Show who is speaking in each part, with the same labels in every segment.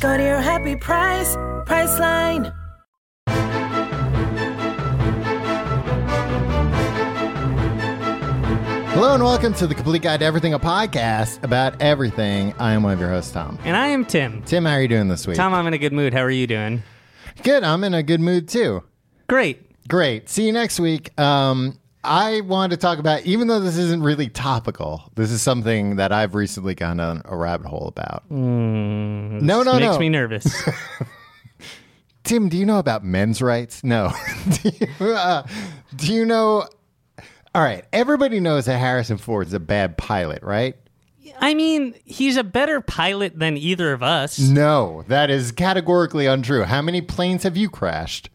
Speaker 1: Go to your happy price, Priceline.
Speaker 2: Hello and welcome to the Complete Guide to Everything, a podcast about everything. I am one of your hosts, Tom.
Speaker 3: And I am Tim.
Speaker 2: Tim, how are you doing this week?
Speaker 3: Tom, I'm in a good mood. How are you doing?
Speaker 2: Good. I'm in a good mood too.
Speaker 3: Great.
Speaker 2: Great. See you next week. Um, I wanted to talk about, even though this isn't really topical, this is something that I've recently gone down a rabbit hole about. no, no,
Speaker 3: Hmm, Makes
Speaker 2: Oh, no.
Speaker 3: me nervous.
Speaker 2: Tim, do you know about men's rights? No. do, you, uh, do you know? All right. Everybody knows that Harrison Ford's a bad pilot, right?
Speaker 3: I mean, he's a better pilot than either of us.
Speaker 2: Mm. No, that is categorically untrue. How many planes have you crashed?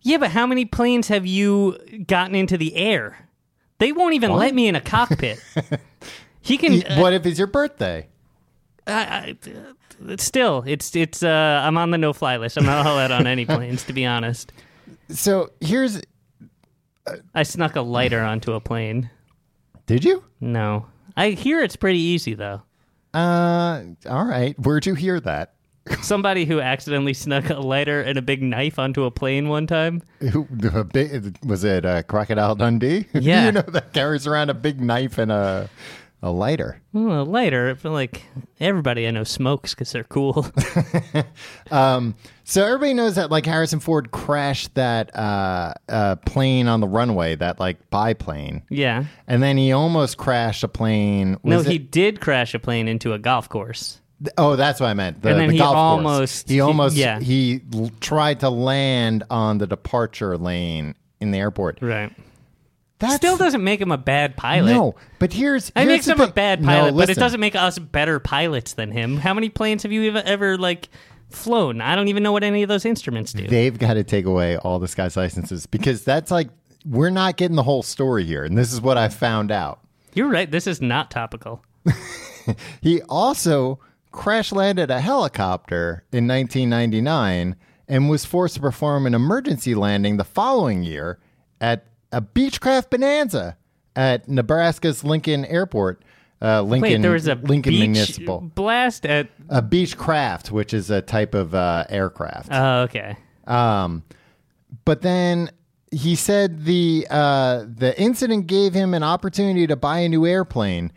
Speaker 3: Yeah, but how many planes have you gotten into the air? They won't even let me in a cockpit. he can. uh,
Speaker 2: what if it's your birthday?
Speaker 3: I, I, uh, still, it's it's. Uh, I'm on the no-fly list. I'm not allowed on any planes, to be honest.
Speaker 2: So here's.
Speaker 3: I snuck a lighter onto a plane.
Speaker 2: Did you?
Speaker 3: No, I hear it's pretty easy though.
Speaker 2: Uh, all right. Where'd you hear that?
Speaker 3: Somebody who accidentally snuck a lighter and a big knife ontu a plane one time.
Speaker 2: Who- a big- Was it uh, Crocodile Dundee?
Speaker 3: Yeah.
Speaker 2: you know that carries around a big knife and a a lighter.
Speaker 3: Well, a lighter. I feel like everybody I know smokes because they're cool.
Speaker 2: So everybody knows that like Harrison Ford crashed that uh, uh, plane on the runway, that like biplane,
Speaker 3: yeah.
Speaker 2: and then he almost crashed a plane.
Speaker 3: No,
Speaker 2: Was
Speaker 3: he
Speaker 2: it-
Speaker 3: did crash a plane into a golf course.
Speaker 2: Oh, that's what I meant. The,
Speaker 3: And then
Speaker 2: the
Speaker 3: he
Speaker 2: golf course.
Speaker 3: almost-
Speaker 2: He
Speaker 3: he-
Speaker 2: almost.
Speaker 3: yeah.
Speaker 2: He l- tried to land on the departure lane in the airport.
Speaker 3: Right.
Speaker 2: That
Speaker 3: Still doesn't make him a bad pilot.
Speaker 2: No, but here's.
Speaker 3: It
Speaker 2: here's
Speaker 3: makes
Speaker 2: the
Speaker 3: him a
Speaker 2: thing.
Speaker 3: bad
Speaker 2: No,
Speaker 3: pilot, but it
Speaker 2: listen.
Speaker 3: doesn't make us better pilots than him. How many planes have you ever, ever like flown? I don't even know what any of those instruments do.
Speaker 2: They've got to take away all this guy's licenses because that's like we're not getting the whole story here, and this is what I found out.
Speaker 3: You're right. This is not topical.
Speaker 2: He also crash landed a helicopter in 1999 and was forced to perform an emergency landing the following year at a Beechcraft Bonanza at Nebraska's Lincoln Airport. Uh, Lincoln,
Speaker 3: Wait, there was a
Speaker 2: Lincoln
Speaker 3: beach
Speaker 2: Municipal.
Speaker 3: blast at.
Speaker 2: A Beechcraft, which is a type of uh, aircraft.
Speaker 3: Oh, okay.
Speaker 2: Um, but then he said the uh, the incident gave him an opportunity to buy a new airplane.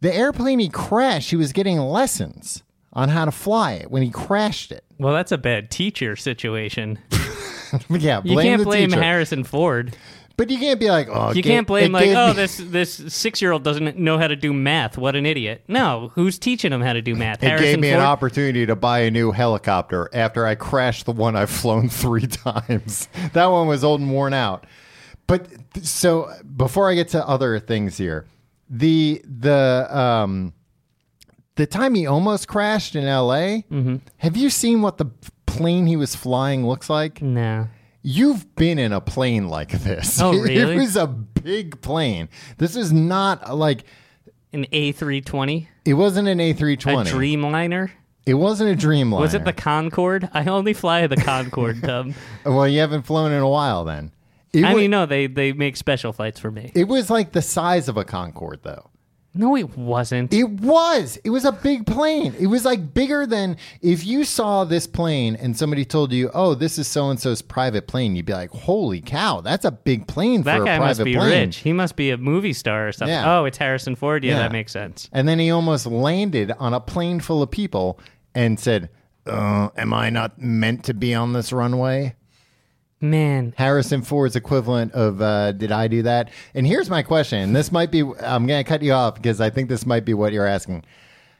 Speaker 2: The airplane he crashed, he was getting lessons on how to fly it when he crashed it.
Speaker 3: Well, that's a bad teacher situation.
Speaker 2: yeah,
Speaker 3: You
Speaker 2: blame
Speaker 3: can't
Speaker 2: the
Speaker 3: blame
Speaker 2: teacher.
Speaker 3: Harrison Ford.
Speaker 2: But you can't be like, oh,
Speaker 3: You
Speaker 2: ga-
Speaker 3: can't blame
Speaker 2: it
Speaker 3: like,
Speaker 2: gave
Speaker 3: oh,
Speaker 2: me-
Speaker 3: this this six year old doesn't know how to do math. What an idiot! No, who's teaching him how to do math?
Speaker 2: It gave
Speaker 3: Harrison
Speaker 2: me
Speaker 3: Ford.
Speaker 2: an opportunity to buy a new helicopter after I crashed the one I've flown three times. That one was old and worn out. But th- so before I get to other things here, the the um the time he almost crashed in L.A.
Speaker 3: Mm-hmm.
Speaker 2: Have you seen what the plane he was flying looks like?
Speaker 3: no,
Speaker 2: You've been in a plane like this.
Speaker 3: Oh,
Speaker 2: it
Speaker 3: really?
Speaker 2: was a big plane. This is not like
Speaker 3: an A three twenty,
Speaker 2: it wasn't an
Speaker 3: a
Speaker 2: A320.
Speaker 3: Dreamliner.
Speaker 2: It wasn't a Dreamliner.
Speaker 3: Was it the Concorde? I only fly the Concorde. Tub.
Speaker 2: Well, you haven't flown in a while then. It,
Speaker 3: I
Speaker 2: wa-
Speaker 3: mean, no, they they make special flights for me.
Speaker 2: it was like the size of a Concorde, though.
Speaker 3: No, it wasn't.
Speaker 2: It was. It was a big plane. It was like bigger than if you saw this plane and somebody told you, oh, this is so and so's private plane, you'd be like, holy cow, that's a big plane for
Speaker 3: that
Speaker 2: a
Speaker 3: guy
Speaker 2: private
Speaker 3: must be
Speaker 2: plane.
Speaker 3: rich. He must be a movie star or something.
Speaker 2: Yeah.
Speaker 3: Oh, it's Harrison Ford. Yeah,
Speaker 2: Yeah.
Speaker 3: that makes sense.
Speaker 2: And then he almost landed on a plane full of people and said, uh, am I not meant to be on this runway?
Speaker 3: Man,
Speaker 2: Harrison Ford's equivalent of uh, "Did I do that?" And here's my question: This might be I'm going to cut you off because I think this might be what you're asking.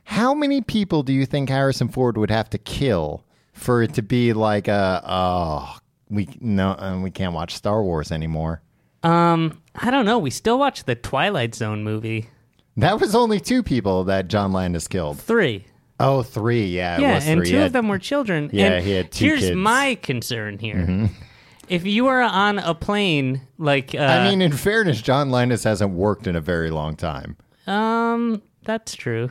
Speaker 2: How many people do you think Harrison Ford would have to kill for it to be like a oh we no uh, we can't watch Star Wars anymore?
Speaker 3: um, I don't know. We still watch the Twilight Zone movie.
Speaker 2: That was only two people that John Landis killed.
Speaker 3: Three.
Speaker 2: Oh, three. Yeah. it
Speaker 3: yeah,
Speaker 2: was
Speaker 3: and
Speaker 2: three.
Speaker 3: two
Speaker 2: Yeah.
Speaker 3: of them were children.
Speaker 2: Yeah,
Speaker 3: and
Speaker 2: he had two
Speaker 3: Here's
Speaker 2: kids. Mm-hmm.
Speaker 3: my concern here. If you are on a plane, like uh,
Speaker 2: I mean, in fairness, John Linus hasn't worked in a very long time.
Speaker 3: Um, that's true.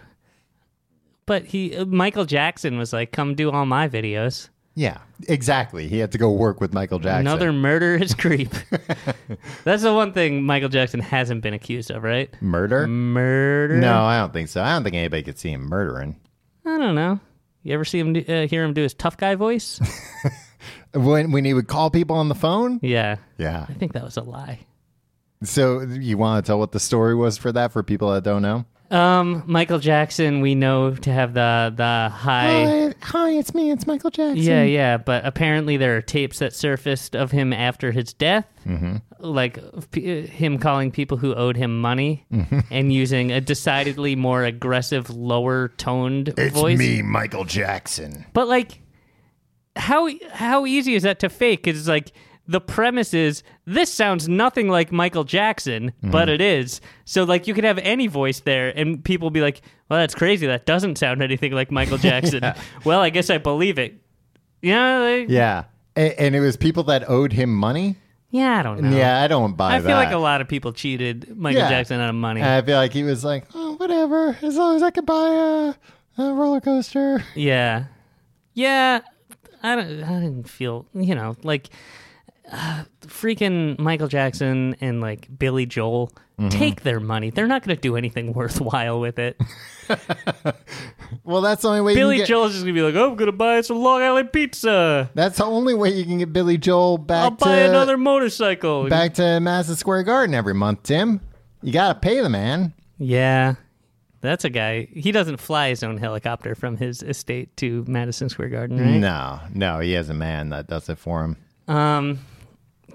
Speaker 3: But he uh, Michael Jackson was like, "Come do all my videos."
Speaker 2: Yeah, exactly. He had to go work with Michael Jackson.
Speaker 3: Another murderous creep. that's the one thing Michael Jackson hasn't been accused of, right?
Speaker 2: murder?
Speaker 3: Murder.
Speaker 2: No, I don't think so. I don't think anybody could see him murdering.
Speaker 3: I don't know. You ever see him do, uh, hear him do his tough guy voice?
Speaker 2: When when he would call people on the phone?
Speaker 3: yeah.
Speaker 2: Yeah.
Speaker 3: I think that was a lie.
Speaker 2: So you want to tell what the story was for that for people that don't know?
Speaker 3: Um, Michael Jackson, we know to have the the high.
Speaker 2: Oh, hi, it's me. It's Michael Jackson.
Speaker 3: Yeah, yeah, but apparently there are tapes that surfaced of him after his death, like of p- uh, him calling people who owed him money and using a decidedly more aggressive, lower toned voice.
Speaker 2: Michael Jackson.
Speaker 3: But like, how how easy is that to fake? 'Cause It's like the premise is this sounds nothing like Michael Jackson, but it is. So like, you could have any voice there, and people be like, "Well, that's crazy. That doesn't sound anything like Michael Jackson." Well, I guess I believe it. Yeah, like,
Speaker 2: Yeah. A- and it was people that owed him money?
Speaker 3: Yeah, I don't know.
Speaker 2: Yeah, I don't buy
Speaker 3: I
Speaker 2: that.
Speaker 3: feel like a lot of people cheated Michael
Speaker 2: Yeah. Uh,
Speaker 3: Jackson out of money.
Speaker 2: I feel like he was like, oh, whatever. As long as I can buy a, a roller coaster.
Speaker 3: yeah, yeah. I don't. I didn't feel. You know, like uh, freaking Michael Jackson and like Billy Joel
Speaker 2: Mm-hmm.
Speaker 3: take their money. They're not going to do anything worthwhile with it.
Speaker 2: Well, that's the only way
Speaker 3: Billy
Speaker 2: you can get,
Speaker 3: Joel's just going to be like, "Oh, I'm going to buy some Long Island pizza.
Speaker 2: That's the only way you can get Billy Joel back
Speaker 3: I'll
Speaker 2: to
Speaker 3: buy another motorcycle."
Speaker 2: back to Madison Square Garden every month, Tim. You gotta pay the man.
Speaker 3: yeah. That's a guy. He doesn't fly his own helicopter from his estate to Madison Square Garden, right?
Speaker 2: No, no, he has a man that does it for him.
Speaker 3: Um,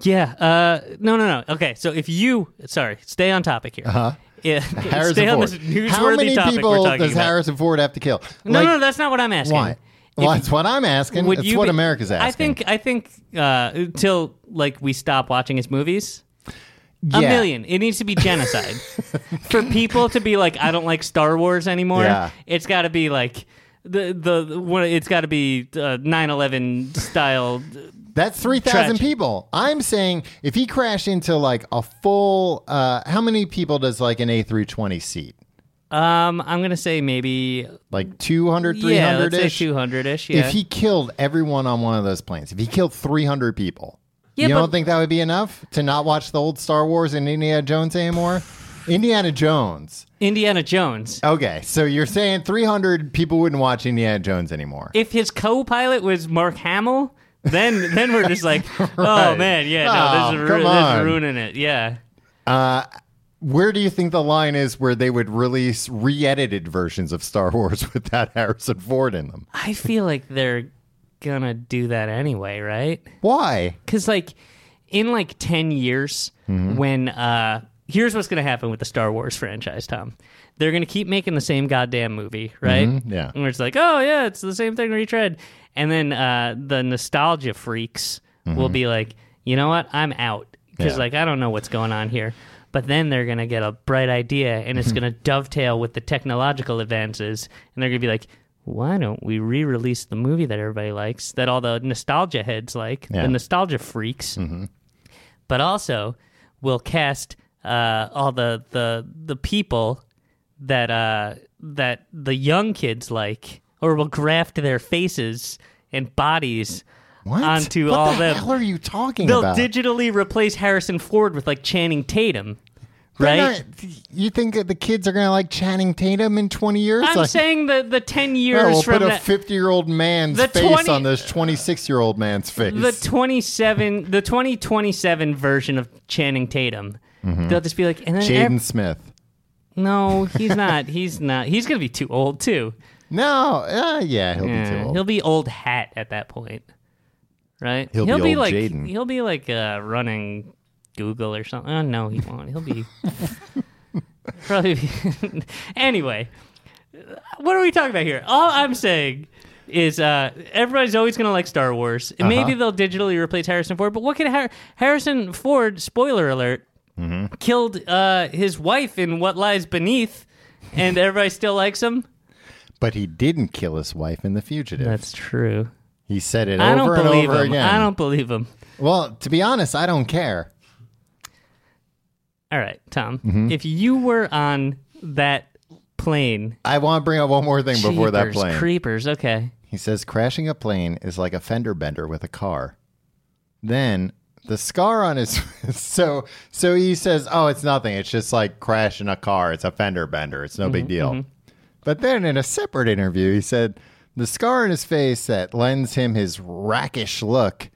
Speaker 3: yeah. Uh, no, no, no. Okay, so if you, sorry, stay on topic here. Uh-huh. Yeah,
Speaker 2: Harrison
Speaker 3: stay on
Speaker 2: Ford.
Speaker 3: this newsworthy
Speaker 2: How many
Speaker 3: topic
Speaker 2: people
Speaker 3: we're talking
Speaker 2: does
Speaker 3: about.
Speaker 2: Harrison Ford have to kill?
Speaker 3: no, no, that's not what I'm asking.
Speaker 2: Why? Well, that's what I'm asking.
Speaker 3: Would
Speaker 2: That's
Speaker 3: you
Speaker 2: what
Speaker 3: be-
Speaker 2: America's asking.
Speaker 3: I think. I think uh, until like we stop watching his movies.
Speaker 2: yeah.
Speaker 3: A million. It needs to be genocide. For people to be like, I don't like Star Wars anymore.
Speaker 2: Yeah.
Speaker 3: It's got to be like the the, the one- it's got to be uh, 9/11 style.
Speaker 2: That's 3,000
Speaker 3: Tragic.
Speaker 2: people. I'm saying if he crashed into like a full, uh, how many people does like an A320 seat?
Speaker 3: Um, I'm gonna say maybe
Speaker 2: Like 200,
Speaker 3: yeah,
Speaker 2: 300
Speaker 3: let's say
Speaker 2: ish?
Speaker 3: 200 ish. Yeah.
Speaker 2: If he killed everyone on one of those planes, if he killed 300 people,
Speaker 3: Yeah,
Speaker 2: you
Speaker 3: but-
Speaker 2: don't think that would be enough to not watch the old Star Wars and Indiana Jones anymore? Indiana Jones.
Speaker 3: Indiana Jones.
Speaker 2: Okay, so you're saying 300 people wouldn't watch Indiana Jones anymore.
Speaker 3: If his co-pilot was Mark Hamill, then then we're just like, oh
Speaker 2: Right.
Speaker 3: man, yeah, no, this,
Speaker 2: Oh,
Speaker 3: is
Speaker 2: come
Speaker 3: ru- this
Speaker 2: on.
Speaker 3: is ruining it. Yeah,
Speaker 2: where do you think the line is where they would release re-edited versions of Star Wars with that Harrison Ford in them?
Speaker 3: I feel like they're gonna do that anyway, right?
Speaker 2: Why?
Speaker 3: Because like in like ten years, when uh, here's what's gonna happen with the Star Wars franchise, Tom. They're gonna keep making the same goddamn movie, right?
Speaker 2: yeah.
Speaker 3: And it's like, oh yeah, it's the same thing retread. And then uh, the nostalgia freaks will be like, you know what? I'm out because
Speaker 2: Yeah.
Speaker 3: like I don't know what's going on here. But then they're gonna get a bright idea, and
Speaker 2: Mm-hmm.
Speaker 3: it's gonna dovetail with the technological advances, and they're gonna be like. Why don't we re-release the movie that everybody likes, that all the nostalgia heads like,
Speaker 2: Yeah. Mm-hmm.
Speaker 3: the nostalgia freaks, but also we'll cast uh, all the the the people that uh, that the young kids like, or we'll graft their faces and bodies
Speaker 2: What?
Speaker 3: onto
Speaker 2: what
Speaker 3: all
Speaker 2: the
Speaker 3: them.
Speaker 2: hell are you talking
Speaker 3: They'll
Speaker 2: about?
Speaker 3: digitally replace Harrison Ford with like Channing Tatum,
Speaker 2: They're
Speaker 3: right?
Speaker 2: not- you think that the kids are going to like Channing Tatum in 20 years?
Speaker 3: I'm
Speaker 2: like,
Speaker 3: saying the the ten years
Speaker 2: oh, we'll
Speaker 3: from
Speaker 2: put a
Speaker 3: now-
Speaker 2: 50 year old man's
Speaker 3: The
Speaker 2: face
Speaker 3: 20
Speaker 2: on this 26 year old man's face.
Speaker 3: the 27 the 2027 version of Channing Tatum. They'll just be like, and then ev-
Speaker 2: Mm-hmm. Jaden Smith.
Speaker 3: no, he's not. He's not. He's gonna be too old too.
Speaker 2: No, uh, yeah, he'll be
Speaker 3: Yeah,
Speaker 2: too old.
Speaker 3: He'll be old hat at that point, right?
Speaker 2: He'll be old
Speaker 3: like
Speaker 2: Jaden.
Speaker 3: he'll be like uh, running Google or something. Oh, no, he won't. He'll be probably. Be anyway, what are we talking about here? All I'm saying is uh, everybody's always going to like Star Wars.
Speaker 2: Uh-huh.
Speaker 3: And Maybe they'll digitally replace Harrison Ford, but what could Har- Harrison Ford? Spoiler alert.
Speaker 2: Mm-hmm.
Speaker 3: Killed uh, his wife in What Lies Beneath, and everybody still likes him.
Speaker 2: But he didn't kill his wife in The Fugitive.
Speaker 3: That's true.
Speaker 2: he said it
Speaker 3: I
Speaker 2: over
Speaker 3: don't
Speaker 2: and
Speaker 3: believe
Speaker 2: over
Speaker 3: him.
Speaker 2: again.
Speaker 3: I don't believe him.
Speaker 2: Well, to be honest, I don't care.
Speaker 3: All right, Tom.
Speaker 2: Mm-hmm.
Speaker 3: If you were on that plane
Speaker 2: I want to bring up one more thing before that
Speaker 3: Jeepers,
Speaker 2: plane.
Speaker 3: creepers. Okay.
Speaker 2: He says crashing a plane is like a fender bender with a car. Then the scar on his so so he says, "Oh, it's nothing. It's just like crashing a car. It's a fender bender. It's no big deal." But then in a separate interview, he said the scar on his face that lends him his rakish look,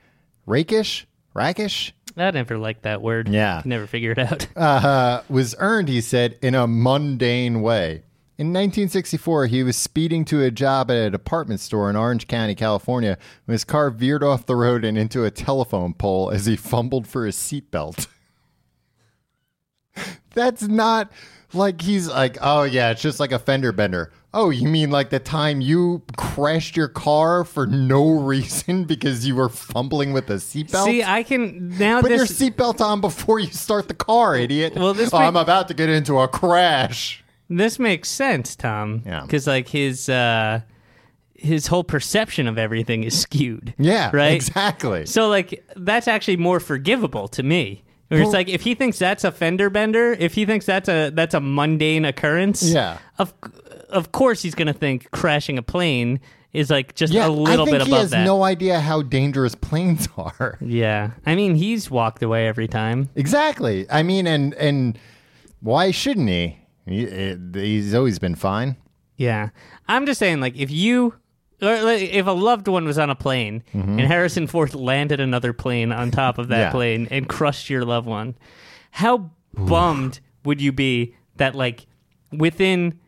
Speaker 2: rakish, rakish,
Speaker 3: I never liked that word.
Speaker 2: Yeah.
Speaker 3: Could never figure it out.
Speaker 2: uh, was earned, he said, in a mundane way. In 1964, he was speeding to a job at a department store in Orange County, California, when his car veered off the road and into a telephone pole as he fumbled for his seatbelt. That's not like he's like, oh, yeah, it's just like a fender bender. Oh, you mean like the time you crashed your car for no reason because you were fumbling with a seatbelt?
Speaker 3: See, I can now
Speaker 2: Put
Speaker 3: this
Speaker 2: your seatbelt on before you start the car, idiot.
Speaker 3: Well, this
Speaker 2: oh,
Speaker 3: may-
Speaker 2: I'm about to get into a crash.
Speaker 3: this makes sense, Tom.
Speaker 2: Yeah.
Speaker 3: Because like his uh his whole perception of everything is skewed.
Speaker 2: Yeah,
Speaker 3: Right.
Speaker 2: Exactly.
Speaker 3: So like that's actually more forgivable to me. Where it's like if he thinks that's a fender bender, if he thinks that's a that's a mundane occurrence,
Speaker 2: Yeah.
Speaker 3: of of course he's gonna think crashing a plane is like just
Speaker 2: yeah,
Speaker 3: a little
Speaker 2: I think
Speaker 3: bit
Speaker 2: he
Speaker 3: above
Speaker 2: has
Speaker 3: that.
Speaker 2: no idea how dangerous planes are.
Speaker 3: yeah, I mean he's walked away every time.
Speaker 2: exactly. I mean, and and why shouldn't he? He- eh, He's always been fine.
Speaker 3: Yeah, I'm just saying like if you. Or like, if a loved one was on a plane and Harrison Ford landed another plane on top of that
Speaker 2: Mm-hmm. Yeah.
Speaker 3: plane and crushed your loved one, how bummed would you be that like within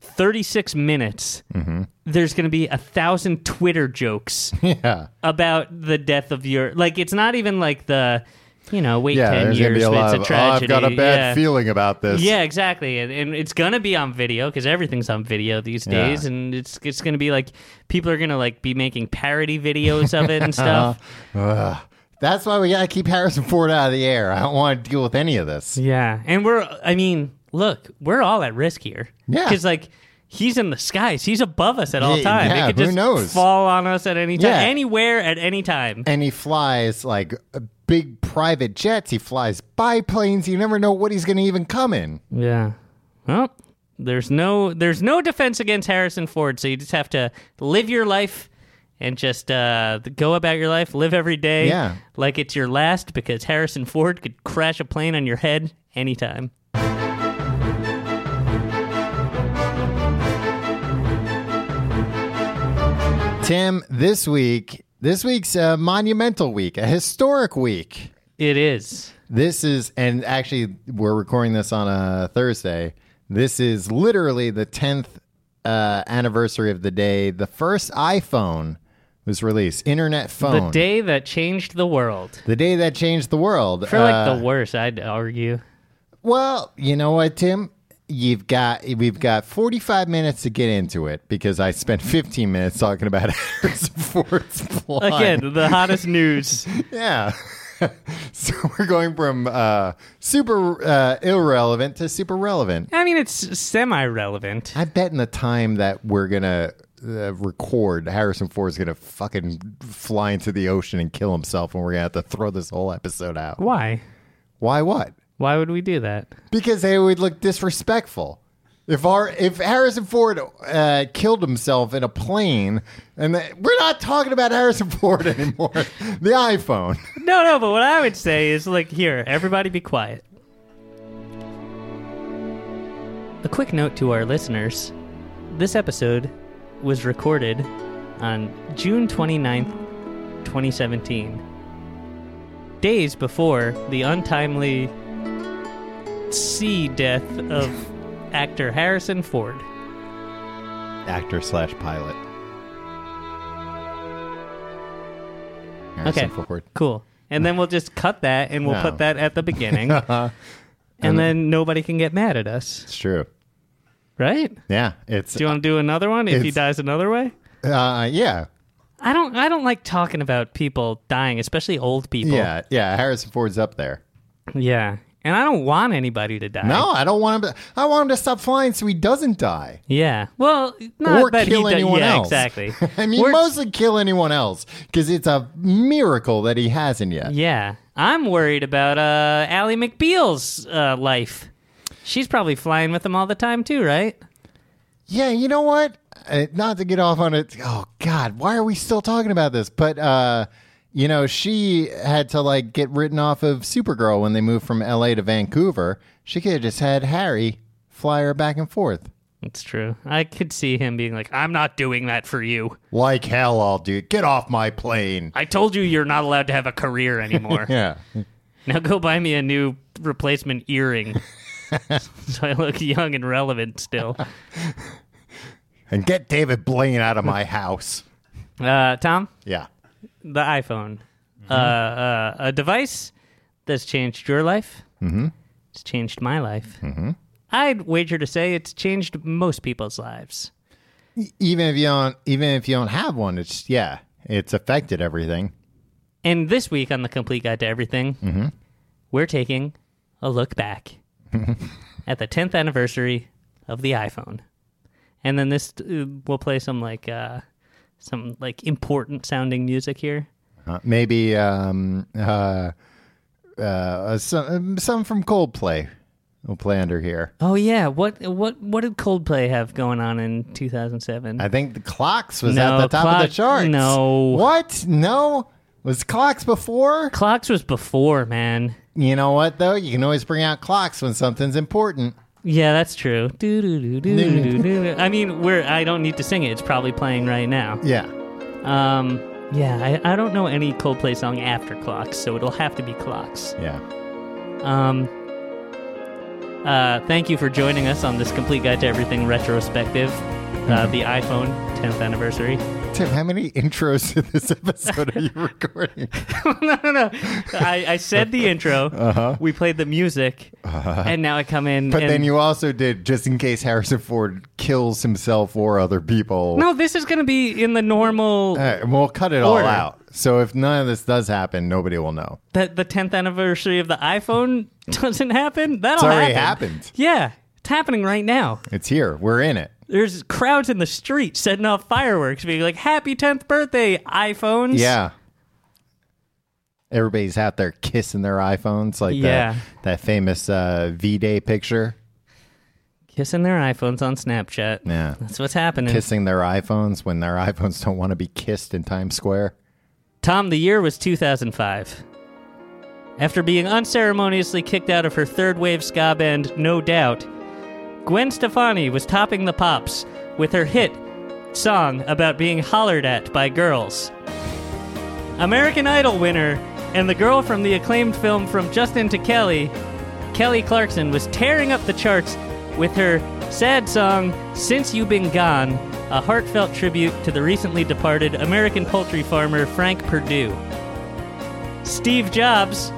Speaker 3: 36 minutes
Speaker 2: Mm-hmm.
Speaker 3: there's going to be a thousand Twitter jokes
Speaker 2: Yeah.
Speaker 3: about the death of your like it's not even like the you know wait
Speaker 2: Yeah,
Speaker 3: 10
Speaker 2: there's
Speaker 3: years
Speaker 2: gonna be a lot
Speaker 3: it's
Speaker 2: of,
Speaker 3: a
Speaker 2: "Oh, I've
Speaker 3: tragedy
Speaker 2: got a bad
Speaker 3: yeah.
Speaker 2: feeling about this.
Speaker 3: Yeah, exactly, and, and it's gonna be on video because everything's on video these
Speaker 2: Yeah.
Speaker 3: days, and it's it's gonna be like people are gonna like be making parody videos of it and
Speaker 2: Uh-huh.
Speaker 3: stuff.
Speaker 2: Ugh. That's why we gotta keep Harrison Ford out of the air. I don't want to deal with any of this.
Speaker 3: yeah, and we're I mean, look, we're all at risk here.
Speaker 2: Yeah.
Speaker 3: because like he's in the skies, he's above us at all
Speaker 2: Yeah,
Speaker 3: times.
Speaker 2: yeah,
Speaker 3: it could
Speaker 2: who
Speaker 3: just
Speaker 2: knows?
Speaker 3: fall on us at any time,
Speaker 2: Yeah.
Speaker 3: anywhere at any time.
Speaker 2: and he flies like uh, big private jets. He flies biplanes. You never know what he's going to even come in.
Speaker 3: Yeah. Well, there's no there's no defense against Harrison Ford, so you just have to live your life and just uh, go about your life, live every day
Speaker 2: Yeah.
Speaker 3: like it's your last because Harrison Ford could crash a plane on your head anytime.
Speaker 2: Tim, this week, this week's a monumental week, a historic week.
Speaker 3: It is.
Speaker 2: This is, and actually, we're recording this on a Thursday. This is literally the 10th uh, anniversary of the day the first iPhone was released, internet phone.
Speaker 3: The day that changed the world.
Speaker 2: The day that changed the world.
Speaker 3: For like
Speaker 2: Uh,
Speaker 3: the worst, I'd argue.
Speaker 2: Well, you know what, Tim? You've got we've got 45 minutes to get into it because I spent 15 minutes talking about Harrison Ford's blonde.
Speaker 3: Again, the hottest news.
Speaker 2: Yeah. so we're going from uh, super uh, irrelevant to super relevant.
Speaker 3: I mean, it's semi relevant.
Speaker 2: I bet in the time that we're gonna uh, record, Harrison Ford's gonna fucking fly into the ocean and kill himself, and we're gonna have to throw this whole episode out.
Speaker 3: Why?
Speaker 2: Why? What?
Speaker 3: Why would we do that?
Speaker 2: Because they would look disrespectful. If our if Harrison Ford uh, killed himself in a plane, and the, we're not talking about Harrison Ford anymore, the iPhone.
Speaker 3: No, no, but what I would say is like, here, everybody be quiet. A quick note to our listeners this episode was recorded on June 29th, 2017, days before the untimely sea death of actor Harrison Ford.
Speaker 2: Actor slash pilot. Harrison
Speaker 3: Okay.
Speaker 2: Ford.
Speaker 3: Cool. And then we'll just cut that and we'll
Speaker 2: No.
Speaker 3: put that at the beginning. and then nobody can get mad at us,
Speaker 2: It's true.
Speaker 3: right?
Speaker 2: Yeah, it's
Speaker 3: Do you want to do another one if he
Speaker 2: It's-
Speaker 3: dies another way?
Speaker 2: uh, yeah,
Speaker 3: I don't I don't like talking about people dying, especially old people.
Speaker 2: yeah, yeah. Harrison Ford's up there.
Speaker 3: Yeah. And I don't want anybody to die.
Speaker 2: No, I don't want him. To, I want him to stop flying so he doesn't die
Speaker 3: Yeah. Well, not
Speaker 2: or
Speaker 3: that
Speaker 2: kill
Speaker 3: he do-
Speaker 2: anyone
Speaker 3: yeah,
Speaker 2: else.
Speaker 3: Exactly.
Speaker 2: I mean,
Speaker 3: We're-
Speaker 2: mostly kill anyone else because it's a miracle that he hasn't yet.
Speaker 3: Yeah. I'm worried about uh, Allie McBeal's uh, life. She's probably flying with him all the time, too, right?
Speaker 2: Yeah, you know what? Uh, not to get off on it. Oh God, why are we still talking about this? But uh, you know, she had to like get written off of Supergirl when they moved from L.A. to Vancouver. She could have just had Harry fly her back and forth.
Speaker 3: That's true. I could see him being like, I'm not doing that for you.
Speaker 2: Like hell, I'll do. Get off my plane.
Speaker 3: I told you you're not allowed to have a career anymore.
Speaker 2: Yeah.
Speaker 3: Now go buy me a new replacement earring. so I look young and relevant still.
Speaker 2: And get David Blaine out of my house.
Speaker 3: Uh, Tom,
Speaker 2: Yeah.
Speaker 3: the iPhone. Uh, uh, a device that's changed your life. Mm-hmm. It's changed my life. Mm-hmm. I'd wager to say it's changed most people's lives.
Speaker 2: Even if you don't, even if you don't have one, it's yeah, it's affected everything.
Speaker 3: And this week on the Complete Guide to Everything, we're taking a look back at the 10th anniversary of the iPhone. And then this uh, we'll play some like uh, some like important sounding music here.
Speaker 2: Uh, maybe um, uh, uh, some some from Coldplay will play under here.
Speaker 3: Oh yeah, what what what did Coldplay have going on in 2007?
Speaker 2: I think the Clocks was
Speaker 3: No,
Speaker 2: at the top of
Speaker 3: Clock-
Speaker 2: the charts.
Speaker 3: no.
Speaker 2: what? No, was Clocks before?
Speaker 3: Clocks was before, man.
Speaker 2: You know what though? You can always bring out Clocks when something's important.
Speaker 3: Yeah, that's true. Doo-doo-doo-doo-doo-doo-doo. I mean, we're I don't need to sing it. It's probably playing right now.
Speaker 2: Yeah,
Speaker 3: Um, yeah, I, I don't know any Coldplay song after Clocks, so it'll have to be Clocks.
Speaker 2: yeah.
Speaker 3: Um, uh, thank you for joining us on this Complete Guide to Everything retrospective, uh,
Speaker 2: Mm-hmm.
Speaker 3: the iPhone 10th anniversary.
Speaker 2: Tim, how many intros to this episode are you recording?
Speaker 3: no, no, no. I, I said the intro. Uh-huh. We played the music, and now I come in.
Speaker 2: Uh-huh. But
Speaker 3: and-
Speaker 2: then you also did just in case Harrison Ford kills himself or other people.
Speaker 3: No, this is going to be in the normal.
Speaker 2: All right, we'll cut it
Speaker 3: Order.
Speaker 2: all out. So if none of this does happen, nobody will know.
Speaker 3: that the 10th anniversary of the iPhone doesn't happen. That'll
Speaker 2: already
Speaker 3: Oh, happen.
Speaker 2: happened.
Speaker 3: Yeah, it's happening right now.
Speaker 2: It's here. We're in it.
Speaker 3: There's crowds in the street setting off fireworks, being like, "Happy 10th birthday, iPhones!"
Speaker 2: Yeah. Everybody's out there kissing their iPhones, like
Speaker 3: Yeah.
Speaker 2: that, that famous uh, V Day picture.
Speaker 3: kissing their iPhones on Snapchat.
Speaker 2: Yeah.
Speaker 3: that's what's happening.
Speaker 2: Kissing their iPhones when their iPhones don't want to be kissed in Times Square.
Speaker 3: Tom, the year was 2005. After being unceremoniously kicked out of her third wave ska band, No Doubt, Gwen Stefani was topping the pops with her hit song about being hollered at by girls. American Idol winner and the girl from the acclaimed film From Justin to Kelly, Kelly Clarkson was tearing up the charts with her sad song Since You Been Gone, a heartfelt tribute to the recently departed American poultry farmer Frank Perdue. Steve Jobs,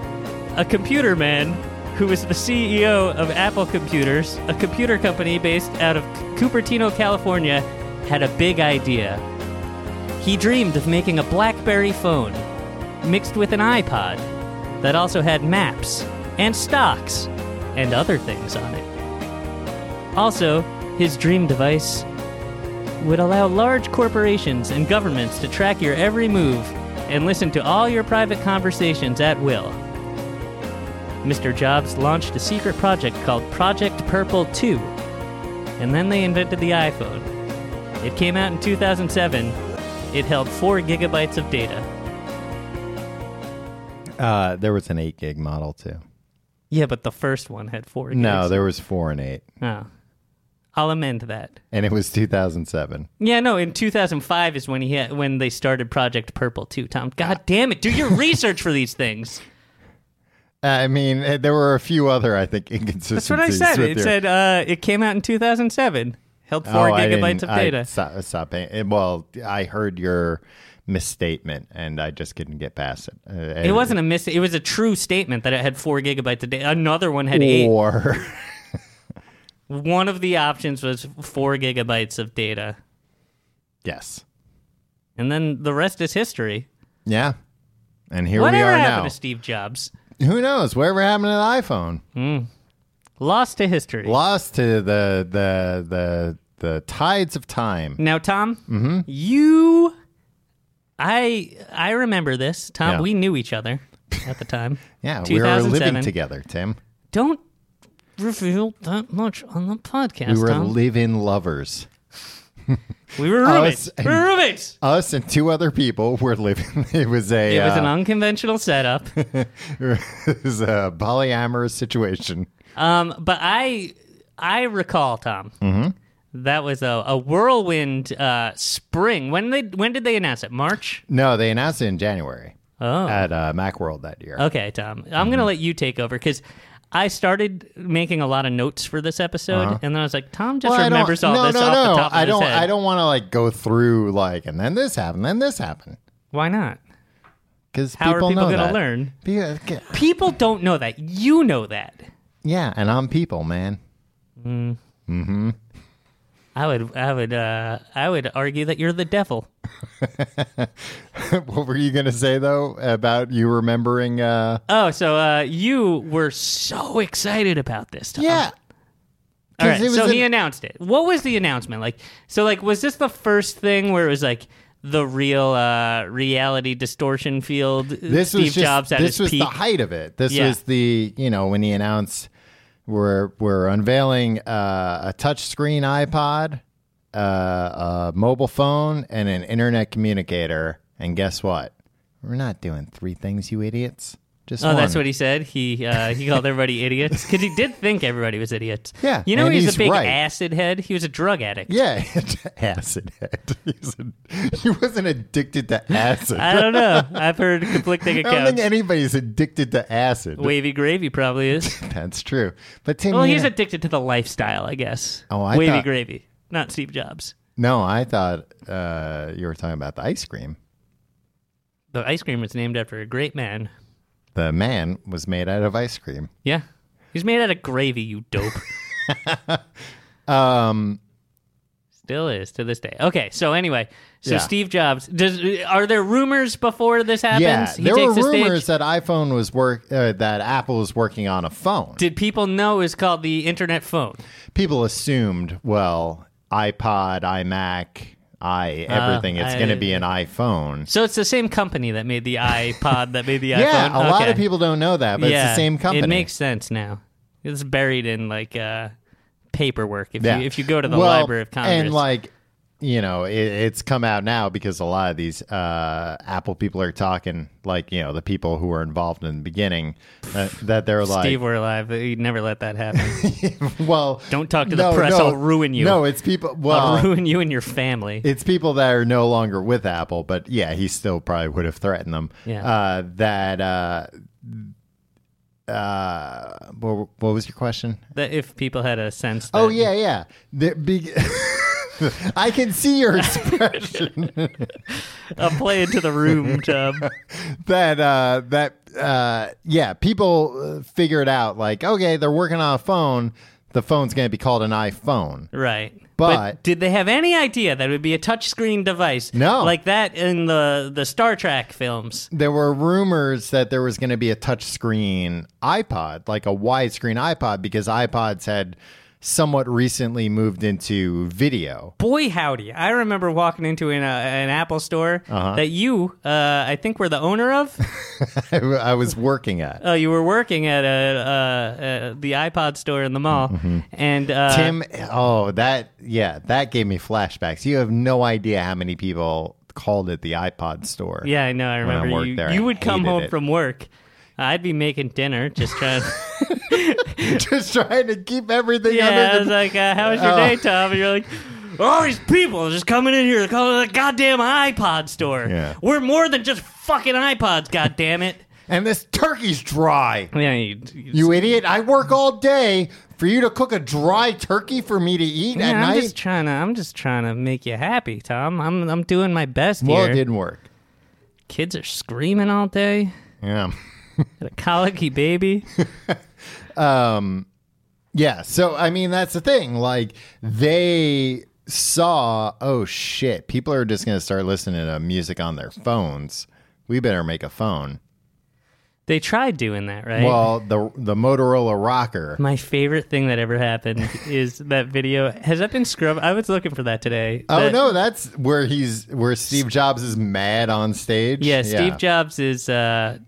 Speaker 3: a computer man who was the CEO of Apple Computers, a computer company based out of Cupertino, California, had a big idea. He dreamed of making a Blackberry phone mixed with an iPod that also had maps and stocks and other things on it. Also, his dream device would allow large corporations and governments to track your every move and listen to all your private conversations at will. Mr. Jobs launched a secret project called Project Purple 2, and then they invented the iPhone. It came out in 2007. It held 4 gigabytes of data.
Speaker 2: Uh, there was an 8 gig model, too.
Speaker 3: Yeah, but the first one had 4 gigs.
Speaker 2: No, there was 4 and 8.
Speaker 3: Oh. I'll amend that.
Speaker 2: And it was 2007.
Speaker 3: Yeah, no. In 2005 is when he had, when they started Project Purple too. Tom, God damn it, do your research for these things.
Speaker 2: I mean, eh, there were a few other, I think, inconsistencies.
Speaker 3: That's what I said.
Speaker 2: with
Speaker 3: It
Speaker 2: your-
Speaker 3: said uh, it came out in 2007, held
Speaker 2: Four
Speaker 3: four gigabytes of
Speaker 2: Oh, I
Speaker 3: data.
Speaker 2: stop, stop paying. eh, Well, I heard your misstatement, and I just couldn't get past it. Uh,
Speaker 3: it wasn't a miss. It was a true statement that it had four gigabytes of data. Another one had eight.
Speaker 2: or
Speaker 3: One of the options was four gigabytes of data,
Speaker 2: yes,
Speaker 3: and then the rest is history.
Speaker 2: yeah. And here
Speaker 3: Whatever
Speaker 2: we are
Speaker 3: happened
Speaker 2: now.
Speaker 3: to Steve Jobs?
Speaker 2: Who knows? Whatever happened to the iPhone?
Speaker 3: Hmm. Lost to history.
Speaker 2: Lost to the the the the tides of time.
Speaker 3: Now, Tom,
Speaker 2: Mm-hmm.
Speaker 3: you, I, I remember this. Tom,
Speaker 2: Yeah.
Speaker 3: we knew each other at the time.
Speaker 2: Yeah, we were living
Speaker 3: 2007.
Speaker 2: together, Tim.
Speaker 3: Don't reveal that much on the podcast.
Speaker 2: We were
Speaker 3: Tom.
Speaker 2: live-in lovers.
Speaker 3: we were roommates.
Speaker 2: us
Speaker 3: we were roommates.
Speaker 2: Us and two other people were living. It was a
Speaker 3: It was an
Speaker 2: uh,
Speaker 3: unconventional setup.
Speaker 2: it was a polyamorous situation.
Speaker 3: Um, but I I recall Tom.
Speaker 2: Mm-hmm.
Speaker 3: That was a, a whirlwind uh, spring. When they when did they announce it? March.
Speaker 2: No, they announced it in January
Speaker 3: Oh,
Speaker 2: at uh, MacWorld that year.
Speaker 3: okay, Tom. I'm
Speaker 2: Mm-hmm.
Speaker 3: gonna let you take over because I started making a lot of notes for this episode, and then I was like, Tom just
Speaker 2: Uh-huh. Well, I don't-
Speaker 3: remembers all
Speaker 2: no,
Speaker 3: this
Speaker 2: no,
Speaker 3: off
Speaker 2: no.
Speaker 3: the top of
Speaker 2: I
Speaker 3: his
Speaker 2: don't.
Speaker 3: head.
Speaker 2: I don't want to like go through like, and then this happened, then this happened,
Speaker 3: Why not?
Speaker 2: because
Speaker 3: How
Speaker 2: people
Speaker 3: are people
Speaker 2: know
Speaker 3: gonna
Speaker 2: that.
Speaker 3: learn?
Speaker 2: Because- g-
Speaker 3: People don't know that. You know that.
Speaker 2: yeah, and I'm people, man.
Speaker 3: I would. I would. Uh, I would argue that you're the devil.
Speaker 2: what were you gonna say though about you remembering? Uh,
Speaker 3: Oh, so uh, you were so excited about this, Tom.
Speaker 2: yeah,
Speaker 3: All right,
Speaker 2: 'Cause it was
Speaker 3: so
Speaker 2: an-
Speaker 3: he announced it. What was the announcement like? So, like, was this the first thing where it was like the real uh, reality distortion field? uh,
Speaker 2: this
Speaker 3: Steve
Speaker 2: was just,
Speaker 3: Jobs at
Speaker 2: this
Speaker 3: his
Speaker 2: was
Speaker 3: peak.
Speaker 2: the height of it. This
Speaker 3: Yeah.
Speaker 2: was the you know when he announced we're we're unveiling uh, a touchscreen iPod, uh, a mobile phone, and an internet communicator. And guess what? We're not doing three things, you idiots. Just
Speaker 3: Oh,
Speaker 2: one.
Speaker 3: that's what he said. He uh, he called everybody idiots because he did think everybody was idiots.
Speaker 2: Yeah,
Speaker 3: you know
Speaker 2: and
Speaker 3: he was
Speaker 2: he's
Speaker 3: a big
Speaker 2: right.
Speaker 3: acid head. He was a drug addict.
Speaker 2: Yeah, acid head. He's a- he wasn't addicted to acid.
Speaker 3: I don't know. I've heard conflicting
Speaker 2: I don't
Speaker 3: accounts.
Speaker 2: think anybody's addicted to acid.
Speaker 3: Wavy gravy probably is.
Speaker 2: That's true. But Tim,
Speaker 3: Well,
Speaker 2: you
Speaker 3: he's
Speaker 2: know-
Speaker 3: addicted to the lifestyle, I guess.
Speaker 2: Oh, I
Speaker 3: wavy
Speaker 2: thought-
Speaker 3: gravy, not Steve Jobs.
Speaker 2: no. I thought uh, you were talking about the ice cream.
Speaker 3: The ice cream was named after a great man.
Speaker 2: The man was made out of ice cream.
Speaker 3: Yeah. He's made out of gravy, you dope. um
Speaker 2: Um,
Speaker 3: still is to this day. Okay, so anyway, so
Speaker 2: Yeah.
Speaker 3: Steve Jobs does are there rumors before this happens?
Speaker 2: Yeah,
Speaker 3: He
Speaker 2: there were
Speaker 3: takes the stage?
Speaker 2: rumors that iPhone was work uh, that Apple was working on a phone.
Speaker 3: Did people know it's called the internet phone?
Speaker 2: People assumed, well, iPod, iMac, i everything. It's
Speaker 3: Uh, I-
Speaker 2: going to be an iPhone.
Speaker 3: So it's the same company that made the iPod that made the iPhone.
Speaker 2: Yeah, a lot of
Speaker 3: Okay.
Speaker 2: people don't know that, but it's
Speaker 3: Yeah,
Speaker 2: the same company.
Speaker 3: It makes sense now. It's buried in like uh paperwork if
Speaker 2: Yeah.
Speaker 3: you if you go to the
Speaker 2: Well,
Speaker 3: Library of Congress.
Speaker 2: And like, you know, it, it's come out now because a lot of these uh, Apple people are talking, like, you know, the people who were involved in the beginning, uh, that they're like,
Speaker 3: Steve were alive, he'd never let that happen.
Speaker 2: well,
Speaker 3: Don't talk to the press, I'll ruin you.
Speaker 2: No, it's people. Well,
Speaker 3: I'll ruin you and your family.
Speaker 2: it's people that are no longer with Apple, but yeah, he still probably would have threatened them.
Speaker 3: Yeah.
Speaker 2: Uh, that. Uh, uh, what, what was your question?
Speaker 3: that if people had a sense. That,
Speaker 2: Oh yeah, yeah. The big. I can see your expression.
Speaker 3: I'll play into the room, Tom.
Speaker 2: that uh, that uh, yeah, people uh, figured out like okay, they're working on a phone. The phone's going to be called an iPhone.
Speaker 3: Right.
Speaker 2: But-
Speaker 3: did they have any idea that it would be a touchscreen device?
Speaker 2: No.
Speaker 3: like that in the the Star Trek films.
Speaker 2: There were rumors that there was going to be a touchscreen iPod, like a widescreen iPod, because iPods had somewhat recently moved into video.
Speaker 3: Boy howdy! I remember walking into an, uh, an Apple store
Speaker 2: Uh-huh.
Speaker 3: that you, uh, I think, were the owner of.
Speaker 2: I, I was working at.
Speaker 3: Oh, you were working at a, uh, uh, the iPod store in the mall, and uh,
Speaker 2: Mm-hmm. Tim, oh, that, yeah, that gave me flashbacks. You have no idea how many people called it the iPod store.
Speaker 3: Yeah, I know. I
Speaker 2: when I
Speaker 3: remember
Speaker 2: worked
Speaker 3: you.
Speaker 2: there,
Speaker 3: you
Speaker 2: I
Speaker 3: would come
Speaker 2: hated
Speaker 3: home
Speaker 2: it.
Speaker 3: from work. I'd be making dinner, just trying. to...
Speaker 2: Just trying to keep everything
Speaker 3: Yeah, I
Speaker 2: under
Speaker 3: was
Speaker 2: the
Speaker 3: like, uh, "How was your
Speaker 2: Oh.
Speaker 3: day, Tom?" And you're like, "All these people just coming in here, calling the goddamn iPod store.
Speaker 2: Yeah.
Speaker 3: We're more than just fucking iPods, goddamn it."
Speaker 2: And this turkey's dry.
Speaker 3: Yeah, you, you-
Speaker 2: You idiot. I work all day for you to cook a dry turkey for me to eat
Speaker 3: Yeah,
Speaker 2: at
Speaker 3: I'm
Speaker 2: night.
Speaker 3: just trying to. I'm just trying to make you happy, Tom. I'm I'm doing my best
Speaker 2: well,
Speaker 3: here.
Speaker 2: it didn't work.
Speaker 3: Kids are screaming all day.
Speaker 2: Yeah.
Speaker 3: Got a colicky baby.
Speaker 2: Yeah. So, I mean, that's the thing. Like, they saw, oh shit, people are just going to start listening to music on their phones. We better make a phone.
Speaker 3: They tried doing that, right?
Speaker 2: Well, the the Motorola rocker.
Speaker 3: My favorite thing that ever happened is that video. Has that been scrubbed? I was looking for that today.
Speaker 2: Oh
Speaker 3: That-
Speaker 2: no, that's where he's where Steve Jobs is mad on stage.
Speaker 3: Yeah, Steve Jobs is uh,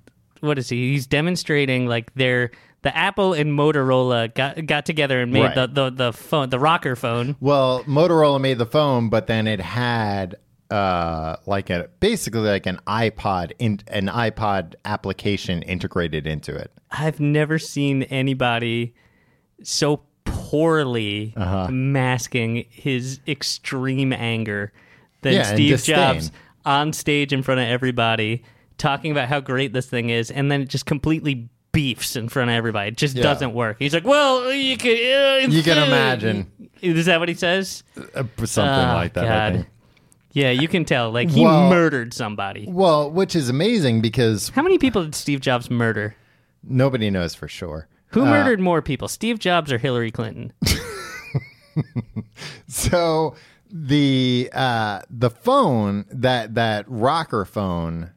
Speaker 3: what is he? He's demonstrating like their the Apple and Motorola got got together and made
Speaker 2: Right.
Speaker 3: the, the the phone the rocker phone.
Speaker 2: Well, Motorola made the phone, but then it had uh like a basically like an iPod in an iPod application integrated into it.
Speaker 3: I've never seen anybody so poorly
Speaker 2: Uh-huh.
Speaker 3: masking his extreme anger than
Speaker 2: Yeah, and
Speaker 3: Steve
Speaker 2: disdain.
Speaker 3: Jobs on stage in front of everybody talking about how great this thing is and then it just completely beefs in front of everybody. It just
Speaker 2: Yeah.
Speaker 3: doesn't work. He's like, "Well, you can uh, in
Speaker 2: You can
Speaker 3: theory."
Speaker 2: imagine.
Speaker 3: Is that what he says?
Speaker 2: Uh, something
Speaker 3: Oh,
Speaker 2: like that, I
Speaker 3: God.
Speaker 2: think.
Speaker 3: Yeah, you can tell. Like he
Speaker 2: Well-
Speaker 3: murdered somebody.
Speaker 2: Well, which is amazing because
Speaker 3: How many people did Steve Jobs murder?
Speaker 2: nobody knows for sure.
Speaker 3: Who murdered more people, Steve Jobs or Hillary Clinton?
Speaker 2: So the uh, the phone that that rocker phone,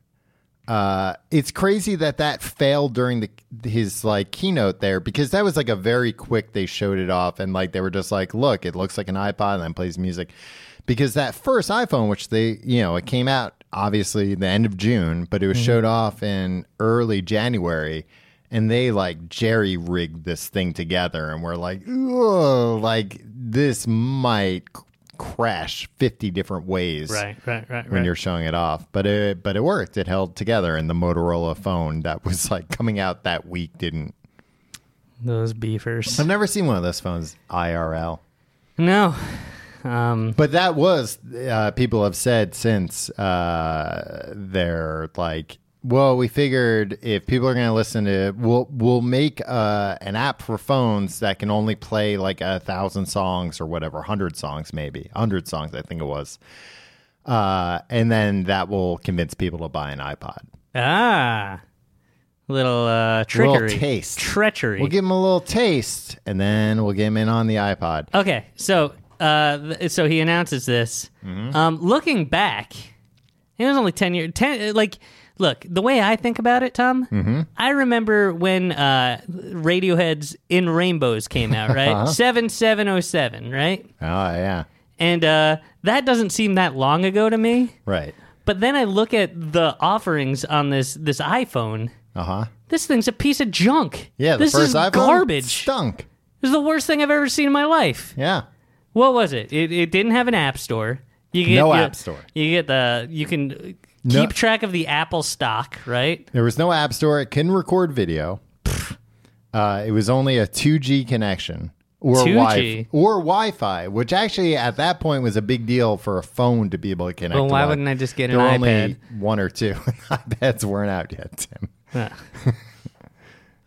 Speaker 2: uh, it's crazy that that failed during the his like keynote there because that was like a very quick they showed it off and like they were just like look it looks like an iPod and then plays music because that first iPhone which they you know it came out obviously the end of June but it was showed off in early January. And they like jerry rigged this thing together, and we're like, "Ooh, like this might c- crash fifty different ways."
Speaker 3: right, right,
Speaker 2: when you're showing it off. But it but it worked. It held together, and the Motorola phone that was like coming out that week didn't.
Speaker 3: Those beefers.
Speaker 2: I've never seen one of those phones IRL.
Speaker 3: No. Um,
Speaker 2: But that was uh, people have said since uh, they're like, well, we figured if people are going to listen to, we'll we'll make uh, an app for phones that can only play like a thousand songs or whatever, hundred songs maybe, hundred songs I think it was, uh, and then that will convince people to buy an iPod.
Speaker 3: ah. Little uh, trickery.
Speaker 2: taste.
Speaker 3: Treachery.
Speaker 2: We'll give him a little taste, and then we'll get him in on the iPod.
Speaker 3: okay, so uh, th- so he announces this.
Speaker 2: Mm-hmm.
Speaker 3: Um, looking back, it was only 10 years. 10, uh, like, look, the way I think about it, Tom,
Speaker 2: Mm-hmm.
Speaker 3: I remember when uh, Radiohead's In Rainbows came out,
Speaker 2: Uh-huh.
Speaker 3: right? 7707, right?
Speaker 2: Oh yeah,
Speaker 3: And uh, that doesn't seem that long ago to me.
Speaker 2: right.
Speaker 3: But then I look at the offerings on this this iPhone.
Speaker 2: Uh huh.
Speaker 3: This thing's a piece of junk.
Speaker 2: Yeah, the
Speaker 3: this
Speaker 2: first
Speaker 3: is
Speaker 2: iPhone
Speaker 3: garbage.
Speaker 2: stunk.
Speaker 3: This is the worst thing I've ever seen in my life.
Speaker 2: Yeah,
Speaker 3: What was it? It, it didn't have an app store. You get
Speaker 2: No
Speaker 3: your-
Speaker 2: app store.
Speaker 3: You get the you can keep
Speaker 2: No.
Speaker 3: track of the Apple stock, right?
Speaker 2: there was no app store. It couldn't record video. Uh, it was only a 2G connection or
Speaker 3: 2G?
Speaker 2: Wi or Wi-Fi, which actually at that point was a big deal for a phone to be able to connect.
Speaker 3: Well,
Speaker 2: to
Speaker 3: why
Speaker 2: Wi-
Speaker 3: wouldn't I just get
Speaker 2: there
Speaker 3: an
Speaker 2: were only
Speaker 3: iPad?
Speaker 2: one or two. iPads weren't out yet, Tim.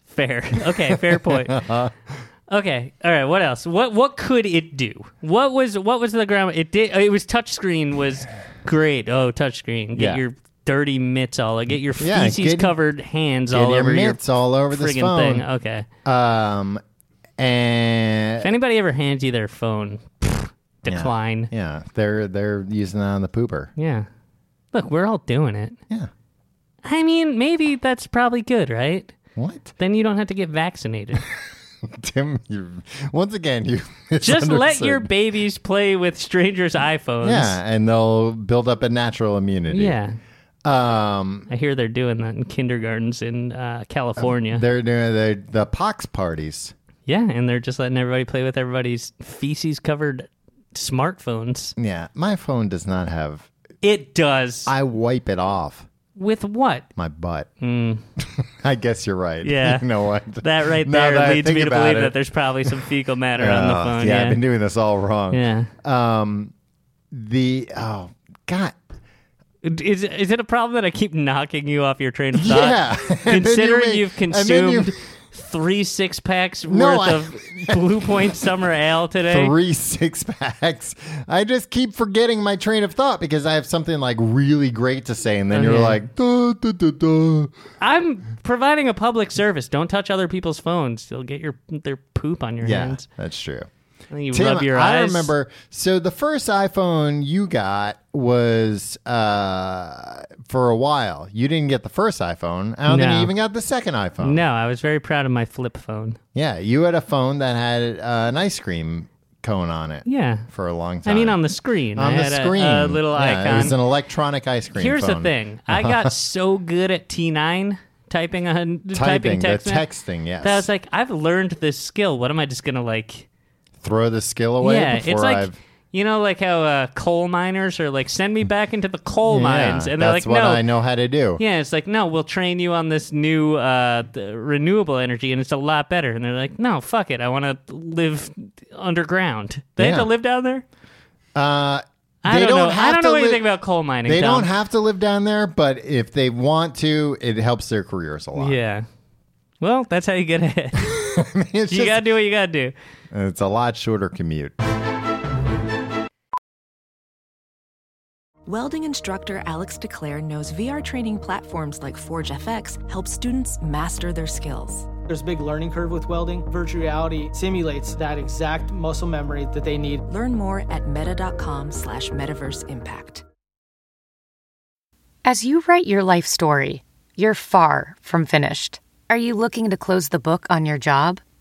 Speaker 3: Fair. Okay, fair point. Okay. All right. What else? What what could it do? What was what was the ground? It did. It was touchscreen. Was great. Oh, touchscreen. Get
Speaker 2: Yeah.
Speaker 3: your dirty mitts all. Get your
Speaker 2: Yeah,
Speaker 3: feces
Speaker 2: get-
Speaker 3: covered hands all
Speaker 2: Get your
Speaker 3: over
Speaker 2: mitts
Speaker 3: your
Speaker 2: all over this
Speaker 3: friggin' thing.
Speaker 2: phone.
Speaker 3: Okay.
Speaker 2: Um, and
Speaker 3: If anybody ever hands you their phone, pfft, decline. Yeah.
Speaker 2: yeah, they're they're using that on the pooper.
Speaker 3: Look, we're all doing it.
Speaker 2: Yeah.
Speaker 3: I mean, maybe that's probably good, right?
Speaker 2: What?
Speaker 3: Then you don't have to get vaccinated.
Speaker 2: Tim, you once again you
Speaker 3: Just let your
Speaker 2: misunderstood.
Speaker 3: babies play with strangers' iPhones.
Speaker 2: Yeah, and they'll build up a natural immunity.
Speaker 3: Yeah.
Speaker 2: Um
Speaker 3: I hear they're doing that in kindergartens in uh, California.
Speaker 2: they're doing the the pox parties.
Speaker 3: yeah, and they're just letting everybody play with everybody's feces covered smartphones.
Speaker 2: Yeah. My phone does not have
Speaker 3: It does.
Speaker 2: I wipe it off
Speaker 3: with what?
Speaker 2: my butt. I guess you're right.
Speaker 3: Hmm. Yeah.
Speaker 2: You know what?
Speaker 3: That right
Speaker 2: Now
Speaker 3: there
Speaker 2: that I
Speaker 3: leads me
Speaker 2: think
Speaker 3: to
Speaker 2: about
Speaker 3: believe
Speaker 2: it-
Speaker 3: that there's probably some fecal matter on the
Speaker 2: Oh,
Speaker 3: phone.
Speaker 2: yeah,
Speaker 3: Yeah.
Speaker 2: I've been doing this all wrong.
Speaker 3: yeah.
Speaker 2: The oh god.
Speaker 3: Is, is it a problem that I keep knocking you off your train of thought?
Speaker 2: Yeah. And then you
Speaker 3: Considering
Speaker 2: make-
Speaker 3: you've
Speaker 2: and then you-
Speaker 3: consumed three six packs
Speaker 2: No,
Speaker 3: worth
Speaker 2: I-
Speaker 3: of Blue Point Summer Ale today.
Speaker 2: three six packs. I just keep forgetting my train of thought because I have something like really great to say, and then you're
Speaker 3: Okay.
Speaker 2: like, duh, duh, duh, duh.
Speaker 3: I'm providing a public service. Don't touch other people's phones. They'll get your their poop on your
Speaker 2: yeah,
Speaker 3: hands.
Speaker 2: that's true.
Speaker 3: And you
Speaker 2: Tim,
Speaker 3: rub your
Speaker 2: I
Speaker 3: eyes.
Speaker 2: remember. So the first iPhone you got was uh, for a while. You didn't get the first iPhone. I don't think
Speaker 3: No.
Speaker 2: you even got the second iPhone.
Speaker 3: No, I was very proud of my flip phone.
Speaker 2: Yeah, you had a phone that had uh, an ice cream cone on it.
Speaker 3: Yeah.
Speaker 2: for a long time.
Speaker 3: I mean, on the screen.
Speaker 2: On
Speaker 3: I
Speaker 2: the
Speaker 3: had a-
Speaker 2: screen,
Speaker 3: A, little
Speaker 2: Yeah,
Speaker 3: icon.
Speaker 2: It was an electronic ice cream.
Speaker 3: Here's the
Speaker 2: phone.
Speaker 3: thing. I got so good at T9 typing on typing,
Speaker 2: Typing,
Speaker 3: text,
Speaker 2: the
Speaker 3: me-
Speaker 2: texting, yes.
Speaker 3: That I was like, I've learned this skill. What am I just gonna like?
Speaker 2: Throw the skill away
Speaker 3: yeah,
Speaker 2: before
Speaker 3: it's like
Speaker 2: I've.
Speaker 3: you know, like how uh, coal miners are like, send me back into the coal mines,
Speaker 2: yeah,
Speaker 3: and they're
Speaker 2: that's
Speaker 3: like,
Speaker 2: what
Speaker 3: no.
Speaker 2: I know how to do.
Speaker 3: Yeah, it's like no, we'll train you on this new uh, th- renewable energy, and it's a lot better. And they're like, no, fuck it, I want to live underground. They have
Speaker 2: Yeah.
Speaker 3: to live down there.
Speaker 2: Uh,
Speaker 3: I
Speaker 2: they
Speaker 3: don't, know.
Speaker 2: Have
Speaker 3: I don't
Speaker 2: to
Speaker 3: know
Speaker 2: li-
Speaker 3: anything about coal mining.
Speaker 2: They
Speaker 3: Tom.
Speaker 2: don't have to live down there, but if they want to, it helps their careers a lot.
Speaker 3: Yeah. Well, that's how you get ahead.
Speaker 2: it's,
Speaker 3: you
Speaker 2: just-
Speaker 3: gotta do what you gotta do.
Speaker 2: it's a lot shorter commute.
Speaker 4: Welding instructor Alex DeClaire knows VR training platforms like Forge FX help students master their skills.
Speaker 5: There's a big learning curve with welding. Virtual reality simulates that exact muscle memory that they need.
Speaker 4: Learn more at meta.com slash metaverse impact.
Speaker 6: As you write your life story, you're far from finished. Are you looking to close the book on your job?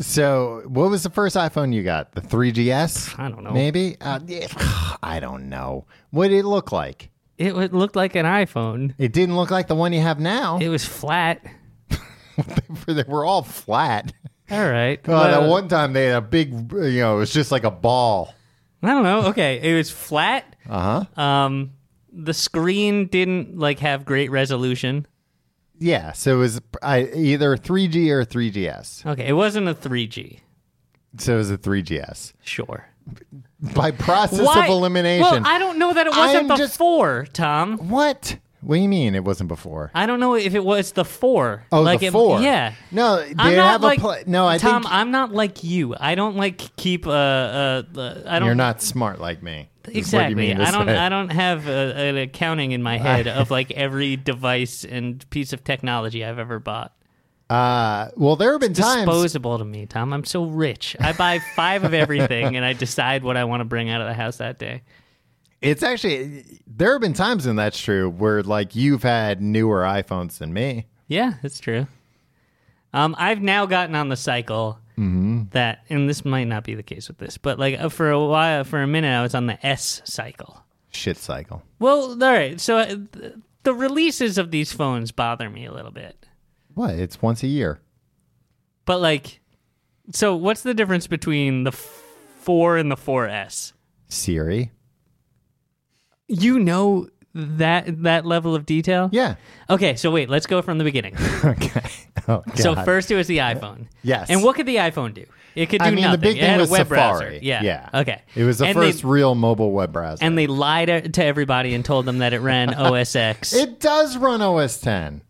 Speaker 2: So, what was the first iPhone you got? The 3GS?
Speaker 3: I don't know.
Speaker 2: Maybe? Uh, yeah, I don't know. What did it look like?
Speaker 3: It w- looked like an iPhone.
Speaker 2: It didn't look like the one you have now.
Speaker 3: It was flat.
Speaker 2: they were all flat.
Speaker 3: All right.
Speaker 2: Oh,
Speaker 3: Well,
Speaker 2: that one time they had a big, you know, it was just like a ball.
Speaker 3: I don't know. Okay, it was flat. Uh
Speaker 2: Uh-huh.
Speaker 3: huh. Um, the screen didn't like have great resolution.
Speaker 2: Yeah, so it was I, either 3G or 3GS.
Speaker 3: Okay, it wasn't a 3G.
Speaker 2: So it was a 3GS.
Speaker 3: Sure.
Speaker 2: By process
Speaker 3: Why-
Speaker 2: of elimination.
Speaker 3: Well, I don't know that it wasn't
Speaker 2: I'm
Speaker 3: the
Speaker 2: just-
Speaker 3: four, Tom.
Speaker 2: what? What do you mean it wasn't before?
Speaker 3: I don't know if it was the four.
Speaker 2: Oh,
Speaker 3: like
Speaker 2: the
Speaker 3: it-
Speaker 2: four.
Speaker 3: yeah.
Speaker 2: No, they
Speaker 3: I'm not
Speaker 2: have
Speaker 3: like
Speaker 2: a pla- no. I
Speaker 3: Tom.
Speaker 2: think
Speaker 3: I'm not like you. I don't like keep. Uh, uh, uh, I don't.
Speaker 2: you're not smart like me. is what you
Speaker 3: Exactly.
Speaker 2: mean to
Speaker 3: I don't.
Speaker 2: say.
Speaker 3: I don't have a, an accounting in my head of like every device and piece of technology I've ever bought.
Speaker 2: Uh, well, there have been times.
Speaker 3: Disposable to me, Tom. I'm so rich. I buy five of everything, and I decide what I want to bring out of the house that day.
Speaker 2: It's actually there have been times, and that's true, where like you've had newer iPhones than me.
Speaker 3: Yeah, that's true. Um, I've now gotten on the cycle that, and this might not be the case with this, but like uh, for a while, for a minute, I was on the S cycle.
Speaker 2: Shit cycle.
Speaker 3: Well, all right. So uh, th- the releases of these phones bother me a little bit.
Speaker 2: What? It's once a year.
Speaker 3: But like, so what's the difference between the f- four and the 4S?
Speaker 2: Siri.
Speaker 3: You know that that level of detail?
Speaker 2: Yeah.
Speaker 3: Okay, so wait, let's go from the beginning.
Speaker 2: Okay. Oh, God.
Speaker 3: So first it was the iPhone.
Speaker 2: Yes.
Speaker 3: And what could the iPhone do? It could do
Speaker 2: I mean,
Speaker 3: nothing.
Speaker 2: the big
Speaker 3: it
Speaker 2: thing
Speaker 3: had
Speaker 2: was
Speaker 3: a web
Speaker 2: Safari.
Speaker 3: browser. Yeah.
Speaker 2: Yeah.
Speaker 3: Okay.
Speaker 2: It was the
Speaker 3: and
Speaker 2: first
Speaker 3: They,
Speaker 2: real mobile web browser.
Speaker 3: and they lied to- to everybody and told them that it ran OS X.
Speaker 2: It does run OS 10.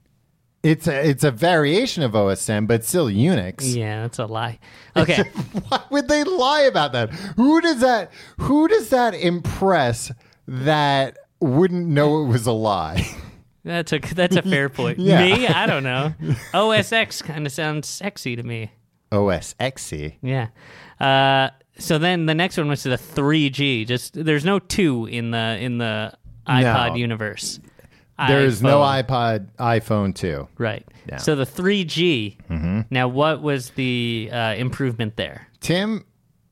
Speaker 2: It's a, it's a variation of OS 10, but still Unix.
Speaker 3: yeah, that's a lie. Okay.
Speaker 2: Why would they lie about that? Who does that? Who does that impress that wouldn't know it was a lie?
Speaker 3: that's a that's a fair point.
Speaker 2: Yeah.
Speaker 3: Me, I don't know. OS X kind of sounds sexy to me.
Speaker 2: OS XE.
Speaker 3: Yeah. Uh, so then the next one was the 3G. Just there's no 2 in the in the iPod universe.
Speaker 2: There is no
Speaker 3: iPod.
Speaker 2: iPod, iPhone 2.
Speaker 3: Right. So the 3G.
Speaker 2: Mm-hmm.
Speaker 3: Now, what was the uh, improvement there?
Speaker 2: Tim,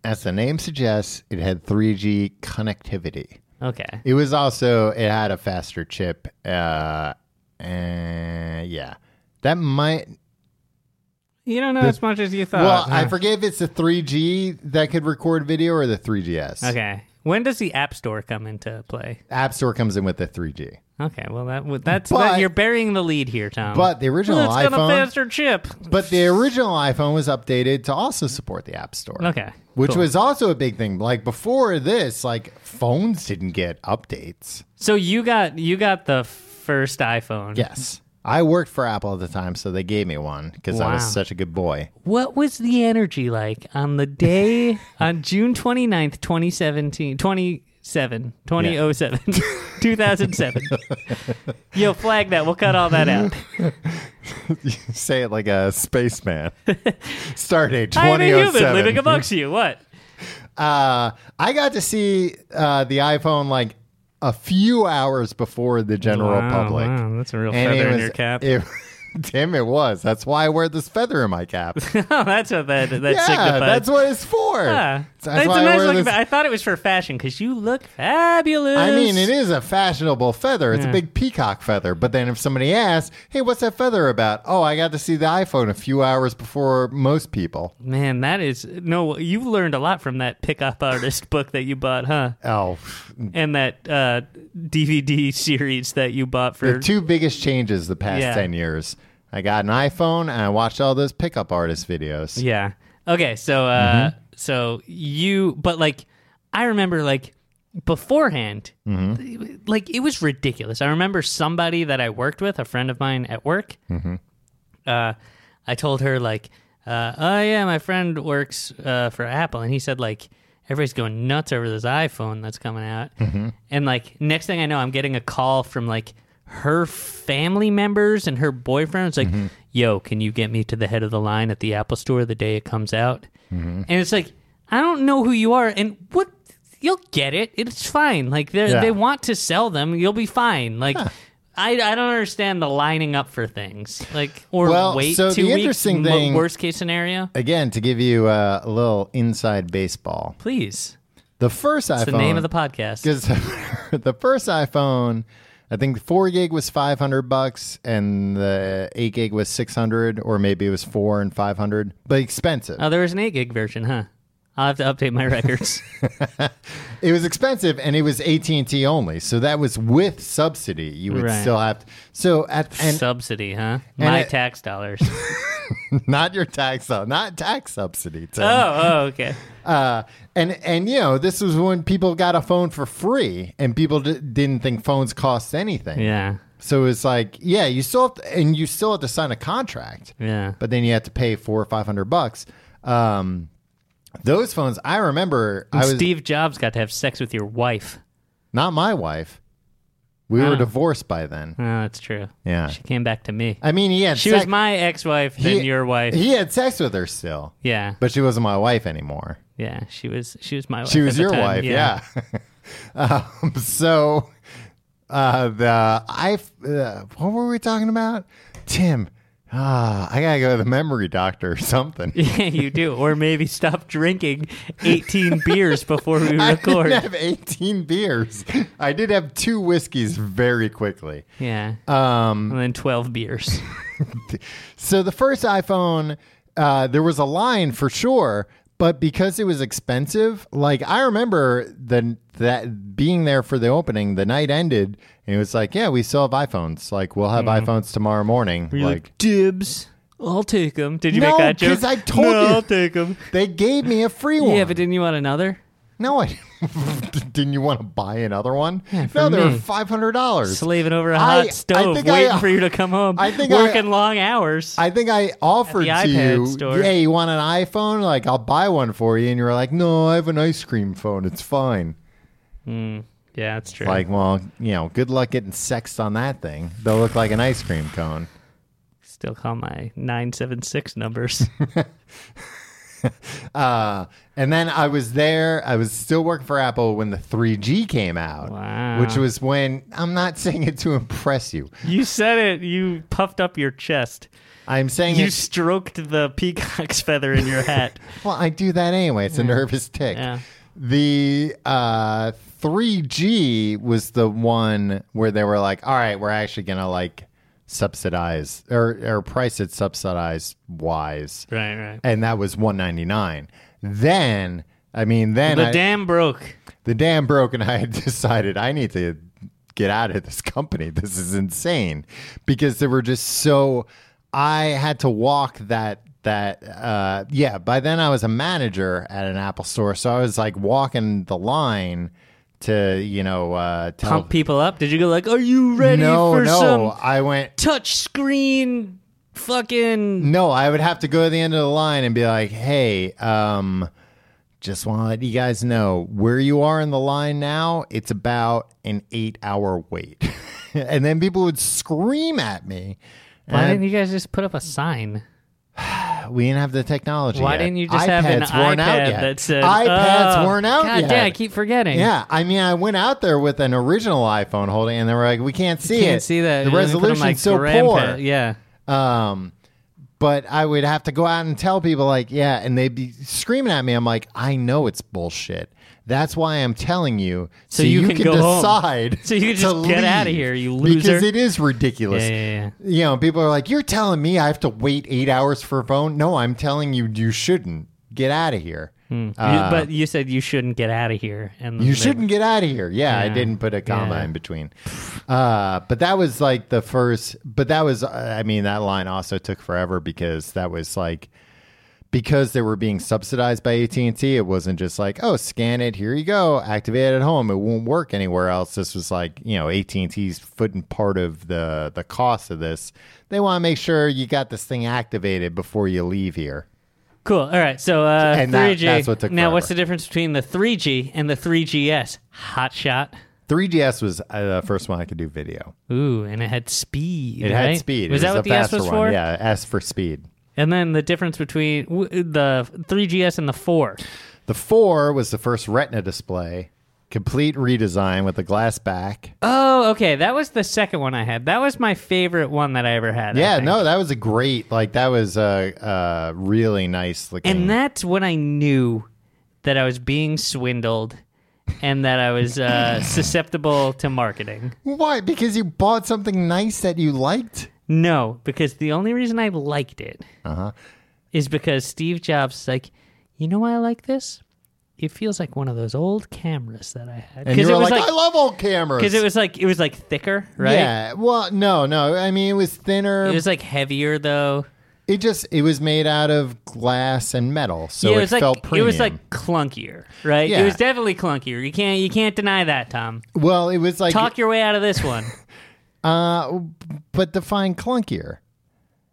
Speaker 2: as the name suggests, it had 3G connectivity.
Speaker 3: Okay.
Speaker 2: It was also it had a faster chip. Uh, and yeah, that might.
Speaker 3: You don't know as Uh, much as you thought.
Speaker 2: Well, I forget if it's the 3G that could record video or the 3GS.
Speaker 3: okay. When does the App Store come into play?
Speaker 2: App Store comes in with the 3G.
Speaker 3: Okay, well that would- that's
Speaker 2: But-
Speaker 3: that, you're burying the lead here, Tom.
Speaker 2: But the original
Speaker 3: Well, it's got
Speaker 2: iPhone-
Speaker 3: a faster chip.
Speaker 2: But the original iPhone was updated to also support the App Store.
Speaker 3: Okay,
Speaker 2: Which
Speaker 3: cool.
Speaker 2: was also a big thing. Like before this, like phones didn't get updates.
Speaker 3: So you got you got the first iPhone.
Speaker 2: Yes. I worked for Apple at the time, so they gave me one because I was
Speaker 3: Wow.
Speaker 2: such a good boy.
Speaker 3: What was the energy like on the day on June 29th, 2017, 27, 2007, 2007? Yo, flag that. We'll cut all that out.
Speaker 2: Say it like a spaceman. Stardate
Speaker 3: I'm a
Speaker 2: 2007.
Speaker 3: human living amongst you. What?
Speaker 2: uh, I got to see uh, the iPhone like a few hours before the general
Speaker 3: Wow,
Speaker 2: public.
Speaker 3: Oh, wow, that's a real
Speaker 2: And
Speaker 3: feather
Speaker 2: it
Speaker 3: in
Speaker 2: was-
Speaker 3: your cap.
Speaker 2: it- damn, it was. That's why I wear this feather in my cap.
Speaker 3: oh, that's what that, that
Speaker 2: yeah,
Speaker 3: signifies.
Speaker 2: that's what it's for.
Speaker 3: Yeah.
Speaker 2: That's,
Speaker 3: That's a
Speaker 2: why I
Speaker 3: nice
Speaker 2: wear
Speaker 3: looking
Speaker 2: this-
Speaker 3: fa- I thought it was for fashion because you look fabulous.
Speaker 2: I mean, it is a fashionable feather. It's
Speaker 3: Yeah.
Speaker 2: a big peacock feather. But then if somebody asks, hey, what's that feather about? Oh, I got to see the iPhone a few hours before most people.
Speaker 3: Man, that is no. You've learned a lot from that pickup artist book that you bought, huh?
Speaker 2: Oh,
Speaker 3: And that uh, DVD series that you bought
Speaker 2: the
Speaker 3: for
Speaker 2: two biggest changes the past
Speaker 3: Yeah.
Speaker 2: 10 years. I got an iPhone and I watched all those pickup artist videos.
Speaker 3: Yeah. Okay. So, uh,
Speaker 2: Mm-hmm.
Speaker 3: so you, but like, I remember like beforehand,
Speaker 2: Mm-hmm.
Speaker 3: th- like it was ridiculous. I remember somebody that I worked with, a friend of mine at work.
Speaker 2: Mm-hmm.
Speaker 3: Uh, I told her like, uh, oh yeah, my friend works uh, for Apple, and he said like. Everybody's going nuts over this iPhone that's coming out. And like next thing I know, I'm getting a call from like her family members and her boyfriend. It's like, yo, can you get me to the head of the line at the Apple store the day it comes out? And it's like, I don't know who you are and what you'll get it. It's fine. Like they
Speaker 2: Yeah.
Speaker 3: they want to sell them. You'll be fine. Like I, I don't understand the lining up for things. Like or
Speaker 2: Well,
Speaker 3: wait
Speaker 2: so
Speaker 3: two
Speaker 2: the
Speaker 3: weeks.
Speaker 2: interesting
Speaker 3: mo-
Speaker 2: thing-
Speaker 3: worst case scenario.
Speaker 2: Again, to give you uh, a little inside baseball,
Speaker 3: Please.
Speaker 2: the first iPhone.
Speaker 3: It's the name of the podcast.
Speaker 2: Because the first iPhone, I think four gig was five hundred bucks, and the eight gig was six hundred, or maybe it was four and five hundred, but expensive.
Speaker 3: Oh, there was an eight gig version, huh? I'll have to update my records.
Speaker 2: It was expensive, and it was AT and T only, so that was with subsidy. You would
Speaker 3: Right.
Speaker 2: still have to. So at and
Speaker 3: Subsidy, huh?
Speaker 2: and
Speaker 3: my
Speaker 2: it-
Speaker 3: tax dollars.
Speaker 2: not your tax, sub- not tax subsidy. Tim.
Speaker 3: oh, oh, okay.
Speaker 2: Uh, and and you know this was when people got a phone for free, and people d- didn't think phones cost anything.
Speaker 3: Yeah,
Speaker 2: So it's like, yeah, you still have to, and you still have to sign a contract.
Speaker 3: yeah.
Speaker 2: but then you had to pay four or five hundred bucks. Um, those phones, I remember, I was
Speaker 3: Steve Jobs got to have sex with your wife.
Speaker 2: not my wife. We
Speaker 3: Ah.
Speaker 2: were divorced by then.
Speaker 3: Oh, that's true.
Speaker 2: Yeah.
Speaker 3: She came back to me.
Speaker 2: I mean, he had
Speaker 3: She
Speaker 2: sex,
Speaker 3: was my ex-wife,
Speaker 2: he-
Speaker 3: then your wife.
Speaker 2: He had sex with her still,
Speaker 3: yeah,
Speaker 2: but she wasn't my wife anymore.
Speaker 3: yeah. She was, she was my wife.
Speaker 2: She
Speaker 3: at
Speaker 2: was
Speaker 3: the
Speaker 2: your
Speaker 3: time,
Speaker 2: wife, yeah. um, so uh, the I uh, what were we talking about, Tim? Ah, I gotta go to the memory doctor or something.
Speaker 3: Yeah, you do. Or maybe stop drinking 18 beers before we
Speaker 2: I didn't
Speaker 3: record.
Speaker 2: have 18 beers. I did have two whiskeys very quickly.
Speaker 3: Yeah. Um, and then 12 beers.
Speaker 2: So the first iPhone, uh, there was a line for sure, but because it was expensive, like I remember the that being there for the opening, the night ended, and it was like, yeah, we still have iPhones. Like we'll have
Speaker 3: Mm-hmm.
Speaker 2: iPhones tomorrow morning.
Speaker 3: You're
Speaker 2: Like
Speaker 3: dibs. I'll take them. Did you
Speaker 2: No,
Speaker 3: make that joke?
Speaker 2: 'cause I told
Speaker 3: No,
Speaker 2: you.
Speaker 3: I'll take them.
Speaker 2: they gave me a free one.
Speaker 3: Yeah, but didn't you want another?
Speaker 2: no, I didn't. You want to buy another one?
Speaker 3: for
Speaker 2: no, they were
Speaker 3: me.
Speaker 2: five hundred dollars.
Speaker 3: Slaving over a
Speaker 2: I-
Speaker 3: hot
Speaker 2: I
Speaker 3: stove,
Speaker 2: think
Speaker 3: waiting
Speaker 2: I-
Speaker 3: for you to come home.
Speaker 2: I think I-
Speaker 3: working long hours.
Speaker 2: I think I offered
Speaker 3: At
Speaker 2: to
Speaker 3: the iPad
Speaker 2: you,
Speaker 3: store.
Speaker 2: hey, you want an iPhone? Like, I'll buy one for you. And you were like, no, I have an ice cream phone. It's fine.
Speaker 3: yeah, that's true.
Speaker 2: Like, well, you know, good luck getting sexed on that thing. They'll look like an ice cream cone.
Speaker 3: Still call my 976 numbers.
Speaker 2: Uh, and then I was there. I was still working for Apple when the 3G came out,
Speaker 3: Wow.
Speaker 2: which was when I'm not saying it to impress you.
Speaker 3: you said it. You puffed up your chest.
Speaker 2: I'm saying
Speaker 3: You
Speaker 2: it.
Speaker 3: stroked the peacock's feather in your hat.
Speaker 2: Well, I do that anyway. It's a nervous tick.
Speaker 3: Yeah.
Speaker 2: The uh, 3G was the one where they were like, "All right, we're actually gonna like subsidize or or price it subsidized wise,"
Speaker 3: right, right.
Speaker 2: and that was 199. Then. I mean, then
Speaker 3: The
Speaker 2: I- Oh.
Speaker 3: dam broke.
Speaker 2: the dam broke and I had decided I need to get out of this company. This is insane because there were just so I had to walk that that uh yeah, by then I was a manager at an Apple store, so I was like walking the line to, you know, uh tell
Speaker 3: Pump people up. Did you go like, are you ready
Speaker 2: No,
Speaker 3: for
Speaker 2: no.
Speaker 3: some
Speaker 2: I went
Speaker 3: touch screen fucking
Speaker 2: No, I would have to go to the end of the line and be like, hey, um, just want to let you guys know where you are in the line now, it's about an eight hour wait. and then people would scream at me.
Speaker 3: why
Speaker 2: And
Speaker 3: didn't you guys just put up a sign
Speaker 2: we didn't have the technology.
Speaker 3: why
Speaker 2: yet.
Speaker 3: didn't you just have an
Speaker 2: iPads weren't out
Speaker 3: iPad
Speaker 2: yet.
Speaker 3: that said
Speaker 2: iPads
Speaker 3: oh,
Speaker 2: weren't out
Speaker 3: God
Speaker 2: yet.
Speaker 3: damn, I keep forgetting
Speaker 2: Yeah, I mean, I went out there with an original iPhone holding, and they were like, "We can't see
Speaker 3: can't
Speaker 2: it.
Speaker 3: see that
Speaker 2: The
Speaker 3: You only put 'em,
Speaker 2: resolution's
Speaker 3: like,
Speaker 2: so
Speaker 3: grandpa-
Speaker 2: poor."
Speaker 3: yeah
Speaker 2: Um, but I would have to go out and tell people, like, yeah, and they'd be screaming at me. I'm like, I know it's bullshit. That's why I'm telling you, so,
Speaker 3: you can go home.
Speaker 2: decide.
Speaker 3: So you can
Speaker 2: to
Speaker 3: just get
Speaker 2: leave.
Speaker 3: outta here, you
Speaker 2: Because
Speaker 3: loser.
Speaker 2: it is ridiculous.
Speaker 3: Yeah, yeah, yeah.
Speaker 2: You know, people are like, you're telling me I have to wait eight hours for a phone. No, I'm telling you, you shouldn't get out of here.
Speaker 3: You- but you said you shouldn't get out of here, and
Speaker 2: Uh, You
Speaker 3: they-
Speaker 2: shouldn't get out of here. Yeah, I
Speaker 3: Yeah.
Speaker 2: didn't put a comma
Speaker 3: Yeah.
Speaker 2: in between. Uh, but that was like the first. But that was, uh, I mean, that line also took forever because that was like because they were being subsidized by AT and T. It wasn't just like, oh, scan it, here you go, activate it at home. It won't work anywhere else. This was like, you know, AT and T's footing part of the the cost of this. They want to make sure you got this thing activated before you leave here.
Speaker 3: Cool. All right. So uh,
Speaker 2: And that-
Speaker 3: 3G.
Speaker 2: that's what took
Speaker 3: now, what's the
Speaker 2: forever.
Speaker 3: difference between the 3G and the 3GS? Hot shot.
Speaker 2: 3DS was uh, the first one I could do video.
Speaker 3: Ooh, and it had speed.
Speaker 2: It
Speaker 3: right?
Speaker 2: had speed.
Speaker 3: Was
Speaker 2: it
Speaker 3: that
Speaker 2: was
Speaker 3: what
Speaker 2: a
Speaker 3: the S
Speaker 2: faster
Speaker 3: was
Speaker 2: one.
Speaker 3: for?
Speaker 2: Yeah, S for speed.
Speaker 3: And then the difference between w- the 3GS and the 4.
Speaker 2: The four was the first Retina display, complete redesign with a glass back.
Speaker 3: Oh, okay. That was the second one I had. That was my favorite one that I ever had. I
Speaker 2: yeah,
Speaker 3: think.
Speaker 2: no, that was a great, like that was a uh, uh, really nice looking.
Speaker 3: And that's when I knew that I was being swindled and that I was uh, susceptible to marketing.
Speaker 2: Why? Because you bought something nice that you liked.
Speaker 3: No, because the only reason I liked it is
Speaker 2: Uh-huh.
Speaker 3: because Steve Jobs is like, you know why I like this? It feels like one of those old cameras that I had.
Speaker 2: And you
Speaker 3: it
Speaker 2: were
Speaker 3: was
Speaker 2: like, I love old cameras.
Speaker 3: because it was like it was like thicker, right?
Speaker 2: Yeah. Well, no, no. I mean, it was thinner.
Speaker 3: It was like heavier though.
Speaker 2: It just it was made out of glass and metal, so
Speaker 3: yeah,
Speaker 2: it,
Speaker 3: it was like
Speaker 2: felt premium.
Speaker 3: it was like clunkier, right?
Speaker 2: Yeah.
Speaker 3: It was definitely clunkier. You can't you can't deny that, Tom.
Speaker 2: well, it was like
Speaker 3: Talk your way out of this one.
Speaker 2: uh, but define clunkier.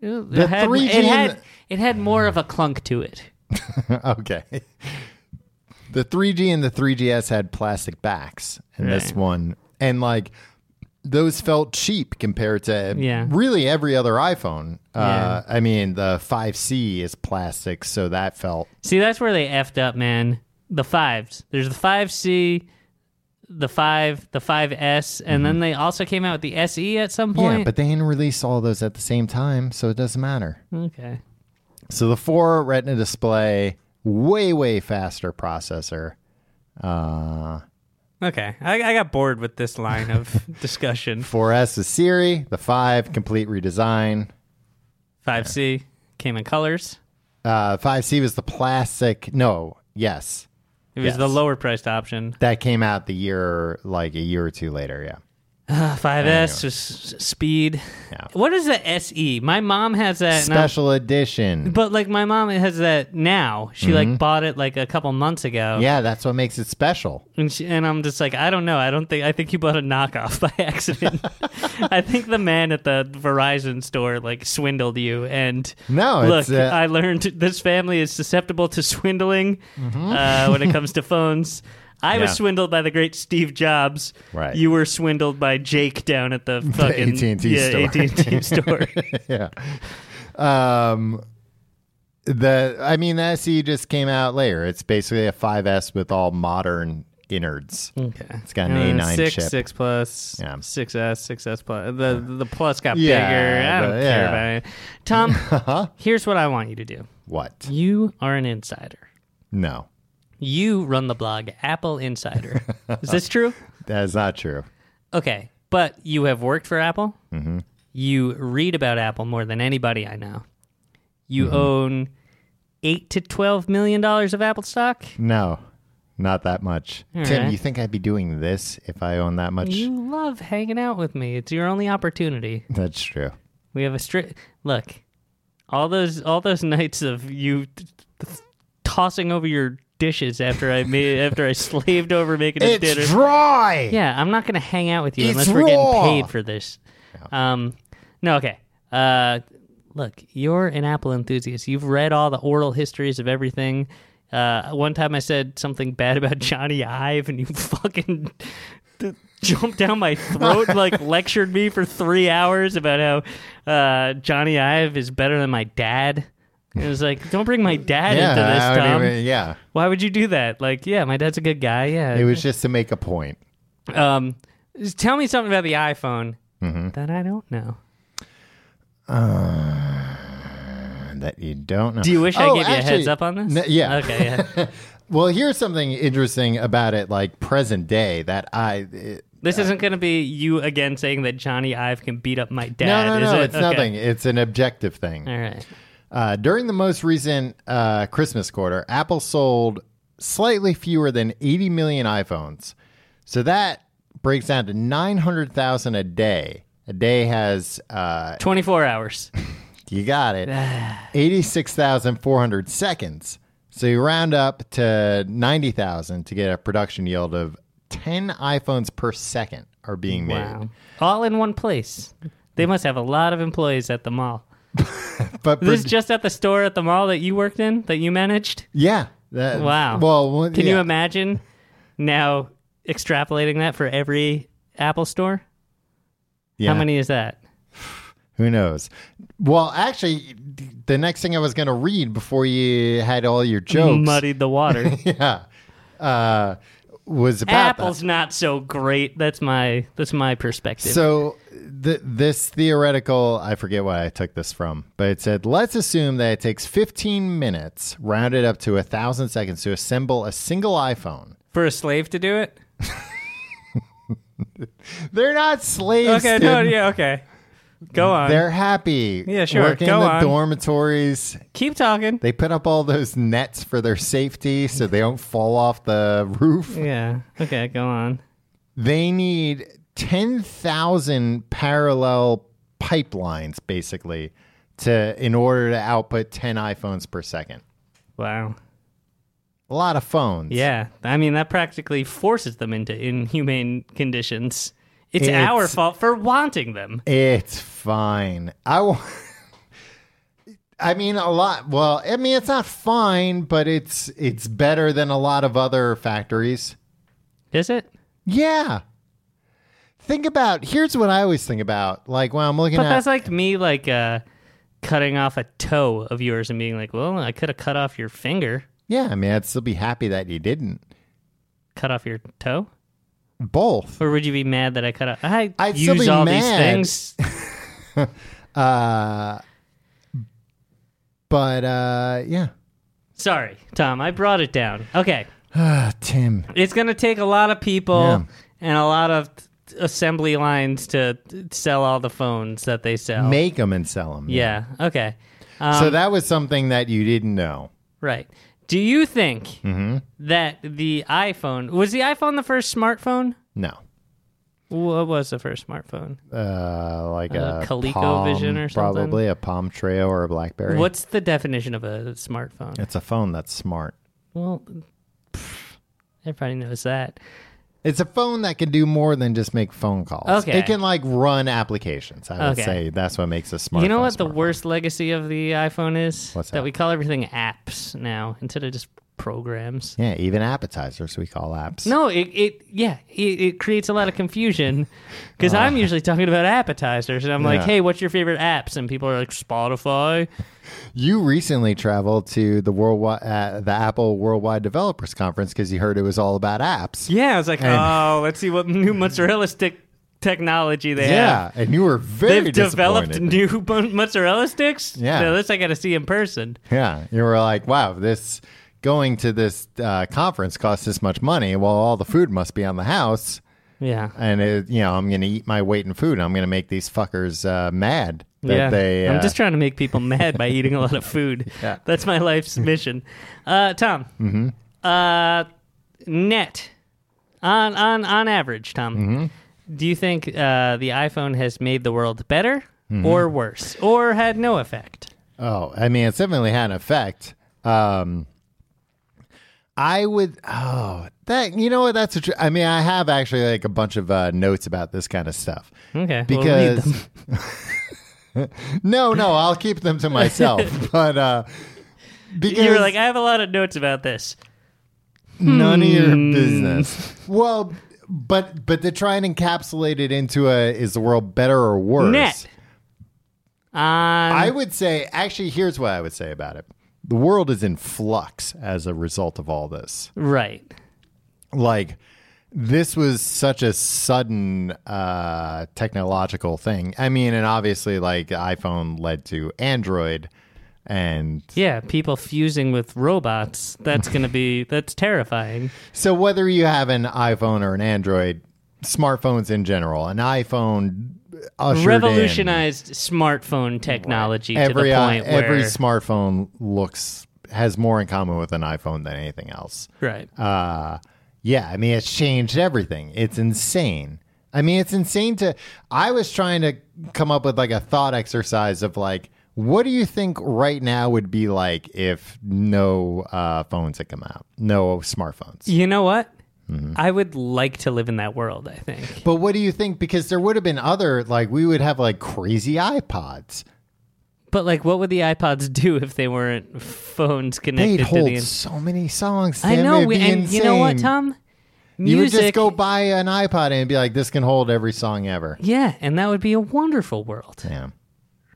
Speaker 3: it had,
Speaker 2: 3G
Speaker 3: it
Speaker 2: and
Speaker 3: had it had more of a clunk to it.
Speaker 2: okay. The 3G and the 3GS had plastic backs, and this one, and like those felt cheap compared to
Speaker 3: Yeah.
Speaker 2: really every other iPhone. Uh, I mean, the 5C is plastic, so that felt
Speaker 3: See, that's where they effed up, man. The fives. There's the five C, the five, the five S, and then they also came out with the SE at some point.
Speaker 2: Mm-hmm. yeah. But they didn't release all those at the same time, so it doesn't matter.
Speaker 3: okay.
Speaker 2: So the four Retina display, way way faster processor. Uh,
Speaker 3: Okay, I, I got bored with this line of discussion.
Speaker 2: 4S is Siri. The five complete redesign.
Speaker 3: Five C came in colors.
Speaker 2: Uh, 5C was the plastic. No, yes.
Speaker 3: It was
Speaker 2: Yes.
Speaker 3: the lower priced option.
Speaker 2: That came out the year, like a year or two later. Yeah.
Speaker 3: Five S was s- speed.
Speaker 2: Yeah.
Speaker 3: What is the SE? My mom has that. and I'm-
Speaker 2: Special edition.
Speaker 3: But like my mom has that now. She
Speaker 2: Mm-hmm.
Speaker 3: like bought it like a couple months ago.
Speaker 2: yeah, that's what makes it special.
Speaker 3: And, she, and I'm just like, I don't know. I don't think. I think you bought a knockoff by accident. I think the man at the Verizon store like swindled you. And
Speaker 2: No,
Speaker 3: look,
Speaker 2: it's, uh,
Speaker 3: I learned this family is susceptible to swindling uh, when it comes to phones. I was
Speaker 2: Mm-hmm. Yeah.
Speaker 3: swindled by the great Steve Jobs.
Speaker 2: Right.
Speaker 3: You were swindled by Jake down at the fucking
Speaker 2: AT&T
Speaker 3: yeah,
Speaker 2: store.
Speaker 3: AT&T store.
Speaker 2: yeah. Um, the I mean, the SE just came out later. It's basically a 5S with all modern innards. Okay. It's got an
Speaker 3: Uh,
Speaker 2: A9
Speaker 3: six,
Speaker 2: chip.
Speaker 3: six plus,
Speaker 2: Yeah.
Speaker 3: six S, six S plus. The the plus got
Speaker 2: Yeah,
Speaker 3: bigger. I don't
Speaker 2: the-
Speaker 3: care
Speaker 2: yeah.
Speaker 3: about it. Tom, here's what I want you to do.
Speaker 2: What?
Speaker 3: You are an insider.
Speaker 2: No,
Speaker 3: You run the blog Apple Insider. Is this true?
Speaker 2: that's not true.
Speaker 3: Okay, but you have worked for Apple. Mm-hmm. You read about Apple more than anybody I know.
Speaker 2: Mm-hmm.
Speaker 3: You own eight to twelve million dollars of Apple stock.
Speaker 2: No. Not that much.
Speaker 3: All
Speaker 2: Tim,
Speaker 3: right.
Speaker 2: you think I'd be doing this if I owned that much?
Speaker 3: You love hanging out with me. It's your only opportunity.
Speaker 2: That's true.
Speaker 3: We have a strict look. All those all those nights of you t- t- tossing over your dishes after I made after I slaved over making a dinner.
Speaker 2: It's dry.
Speaker 3: Yeah, I'm not gonna hang out with you
Speaker 2: It's
Speaker 3: unless we're
Speaker 2: raw.
Speaker 3: getting paid for this. Um, no, okay. Uh, look, you're an Apple enthusiast. You've read all the oral histories of everything. Uh, one time I said something bad about Johnny Ive, and you fucking d- jumped down my throat, and, like lectured me for three hours about how uh, Johnny Ive is better than my dad. It was like, don't bring my dad into this,
Speaker 2: I
Speaker 3: Tom.
Speaker 2: don't even- yeah.
Speaker 3: Why would you do that? Like, yeah, my dad's a good guy. Yeah,
Speaker 2: It was just to make a point.
Speaker 3: um, just tell me something about the iPhone
Speaker 2: Mm-hmm.
Speaker 3: that I don't know.
Speaker 2: that you don't know.
Speaker 3: Do you wish I
Speaker 2: Oh,
Speaker 3: gave you a heads
Speaker 2: actually-
Speaker 3: up on this?
Speaker 2: No, yeah.
Speaker 3: Okay. Yeah.
Speaker 2: Well, here's something interesting about it, like present day. That I uh, it,
Speaker 3: This isn't going to be you again saying that Johnny Ive can beat up my dad.
Speaker 2: no, no,
Speaker 3: is
Speaker 2: no.
Speaker 3: it?
Speaker 2: It's
Speaker 3: Okay.
Speaker 2: nothing. It's an objective thing.
Speaker 3: All right.
Speaker 2: Uh, during the most recent uh, Christmas quarter, Apple sold slightly fewer than 80 million iPhones. So that breaks down to 900,000 a day. A day has uh,
Speaker 3: 24 hours.
Speaker 2: You got it. 86,400 seconds. So you round up to 90,000 to get a production yield of 10 iPhones per second are being made.
Speaker 3: Wow. Um, All in one place. They must have a lot of employees at the mall.
Speaker 2: But
Speaker 3: This is
Speaker 2: pro-
Speaker 3: just at the store at the mall that you worked in, that you managed?
Speaker 2: yeah. that-
Speaker 3: Wow.
Speaker 2: Well, well,
Speaker 3: Can you
Speaker 2: yeah.
Speaker 3: imagine now extrapolating that for every Apple store?
Speaker 2: Yeah.
Speaker 3: How many is that?
Speaker 2: Who knows? Well, actually, the next thing I was going to read before you had all your jokes
Speaker 3: Muddied the water.
Speaker 2: yeah, uh, was about that.
Speaker 3: Apple's not so great. That's my that's my perspective.
Speaker 2: So th- this theoretical, I forget what I took this from, but it said, let's assume that it takes 15 minutes, rounded up to a thousand seconds, to assemble a single iPhone.
Speaker 3: For a slave to do it?
Speaker 2: They're not slaves.
Speaker 3: Okay,
Speaker 2: Tim.
Speaker 3: no, yeah, okay. Go on.
Speaker 2: They're happy.
Speaker 3: Yeah, sure.
Speaker 2: Working
Speaker 3: Go
Speaker 2: in the
Speaker 3: on.
Speaker 2: dormitories.
Speaker 3: Keep talking.
Speaker 2: They put up all those nets for their safety so they don't fall off the roof.
Speaker 3: Yeah. Okay, go on.
Speaker 2: They need 10,000 parallel pipelines, basically, to in order to output 10 iPhones per second.
Speaker 3: Wow.
Speaker 2: A lot of phones.
Speaker 3: Yeah. I mean, that practically forces them into inhumane conditions. It's,
Speaker 2: It's-
Speaker 3: our fault for wanting them.
Speaker 2: It's fine. I will. I mean a lot. Well, I mean it's not fine, but it's it's better than a lot of other factories.
Speaker 3: Is it?
Speaker 2: Yeah. Think about here's what I always think about. Like when I'm looking
Speaker 3: But
Speaker 2: at
Speaker 3: that's like me like uh cutting off a toe of yours and being like, "Well, I could have cut off your finger,
Speaker 2: Yeah, I mean I'd still be happy that you didn't.
Speaker 3: cut off your toe."
Speaker 2: Both.
Speaker 3: Or would you be mad that I cut off I
Speaker 2: I'd still
Speaker 3: use
Speaker 2: be
Speaker 3: all
Speaker 2: mad.
Speaker 3: these things?
Speaker 2: Uh, But uh yeah.
Speaker 3: Sorry, Tom, I brought it down. Okay.
Speaker 2: Uh, Tim.
Speaker 3: It's going to take a lot of people
Speaker 2: Yeah.
Speaker 3: and a lot of t- assembly lines to t- sell all the phones that they sell.
Speaker 2: Make them and sell them.
Speaker 3: Oh. yeah. Um, Okay.
Speaker 2: so that was something that you didn't know.
Speaker 3: Right. Do you think
Speaker 2: Mm-hmm.
Speaker 3: that the iPhone was the iPhone the first smartphone?
Speaker 2: No.
Speaker 3: What was the first smartphone?
Speaker 2: Uh, like
Speaker 3: Uh,
Speaker 2: a
Speaker 3: ColecoVision
Speaker 2: palm-
Speaker 3: or something?
Speaker 2: Probably a Palm Treo or a BlackBerry.
Speaker 3: What's the definition of a smartphone?
Speaker 2: It's a phone that's smart.
Speaker 3: Well, pff, everybody knows that.
Speaker 2: It's a phone that can do more than just make phone calls.
Speaker 3: Okay.
Speaker 2: It can like run applications. I would
Speaker 3: Okay.
Speaker 2: say that's what makes a smart.
Speaker 3: you know
Speaker 2: phone
Speaker 3: what the
Speaker 2: smart.
Speaker 3: worst legacy of the iPhone is?
Speaker 2: What's
Speaker 3: that?
Speaker 2: that?
Speaker 3: we call everything apps now instead of just programs.
Speaker 2: Yeah, even appetizers we call apps.
Speaker 3: No, it, it yeah, it, it creates a lot of confusion because I'm usually talking about appetizers and I'm like,
Speaker 2: Yeah.
Speaker 3: hey, what's your favorite apps? And people are like, Spotify.
Speaker 2: You recently traveled to the worldwide, uh, the Apple Worldwide Developers Conference because you heard it was all about apps.
Speaker 3: Yeah, I was like,
Speaker 2: And-
Speaker 3: oh, let's see what new mozzarella stick technology they
Speaker 2: Yeah,
Speaker 3: have.
Speaker 2: and you were very
Speaker 3: They've developed
Speaker 2: disappointed.
Speaker 3: new mo- mozzarella sticks.
Speaker 2: Yeah.
Speaker 3: now, this I got to see in person.
Speaker 2: Yeah, you were like, wow, this going to this uh, conference costs this much money. Well, all the food must be on the house.
Speaker 3: Yeah,
Speaker 2: and it, you know I'm gonna eat my weight in food. and I'm gonna make these fuckers uh, mad that
Speaker 3: yeah.
Speaker 2: they.
Speaker 3: I'm
Speaker 2: uh,
Speaker 3: just trying to make people mad by eating a lot of food.
Speaker 2: Yeah. Mm-hmm.
Speaker 3: That's my life's mission. Uh, Tom, uh, net on on on average, Tom.
Speaker 2: Mm-hmm.
Speaker 3: Do you think uh, the iPhone has made the world better
Speaker 2: Mm-hmm.
Speaker 3: or worse, or had no effect?
Speaker 2: Oh, I mean, it's definitely had an effect. Um, I would. Oh, that you know what? That's a. Tr- I mean, I have actually like a bunch of uh, notes about this kind of stuff.
Speaker 3: Okay, we'll read
Speaker 2: because. no, no, I'll keep them to myself. but uh, because
Speaker 3: you were like, I have a lot of notes about this.
Speaker 2: none of your
Speaker 3: Hmm.
Speaker 2: business. Well, but but to try and encapsulate it into a is the world better or worse?
Speaker 3: Net. On
Speaker 2: I would say, actually, here's what I would say about it. The world is in flux as a result of all this.
Speaker 3: right.
Speaker 2: Like, this was such a sudden uh, technological thing. I mean, and obviously, like, iPhone led to Android, and
Speaker 3: Yeah, people fusing with robots. That's going to be that's terrifying.
Speaker 2: So whether you have an iPhone or an Android, smartphones in general, an iPhone ushered in-
Speaker 3: Revolutionized smartphone technology
Speaker 2: every
Speaker 3: to the
Speaker 2: uh,
Speaker 3: point where
Speaker 2: every smartphone looks has more in common with an iPhone than anything else.
Speaker 3: right.
Speaker 2: Uh, yeah, I mean it's changed everything. It's insane. I mean it's insane to. I was trying to come up with like a thought exercise of like. What do you think right now would be like if no uh, phones had come out, no smartphones?
Speaker 3: you know what?
Speaker 2: Mm-hmm.
Speaker 3: I would like to live in that world. I think.
Speaker 2: But what do you think? Because there would have been other, like, we would have like crazy iPods.
Speaker 3: But like, what would the iPods do if they weren't phones
Speaker 2: They'd
Speaker 3: connected to
Speaker 2: hold
Speaker 3: the? in-
Speaker 2: so many songs.
Speaker 3: I
Speaker 2: Tim,
Speaker 3: know,
Speaker 2: it'd
Speaker 3: we-
Speaker 2: be
Speaker 3: and you know what,
Speaker 2: insane.
Speaker 3: Tom? Music,
Speaker 2: You would just go buy an iPod and be like, this can hold every song ever.
Speaker 3: Yeah, and that would be a wonderful world,
Speaker 2: Yeah.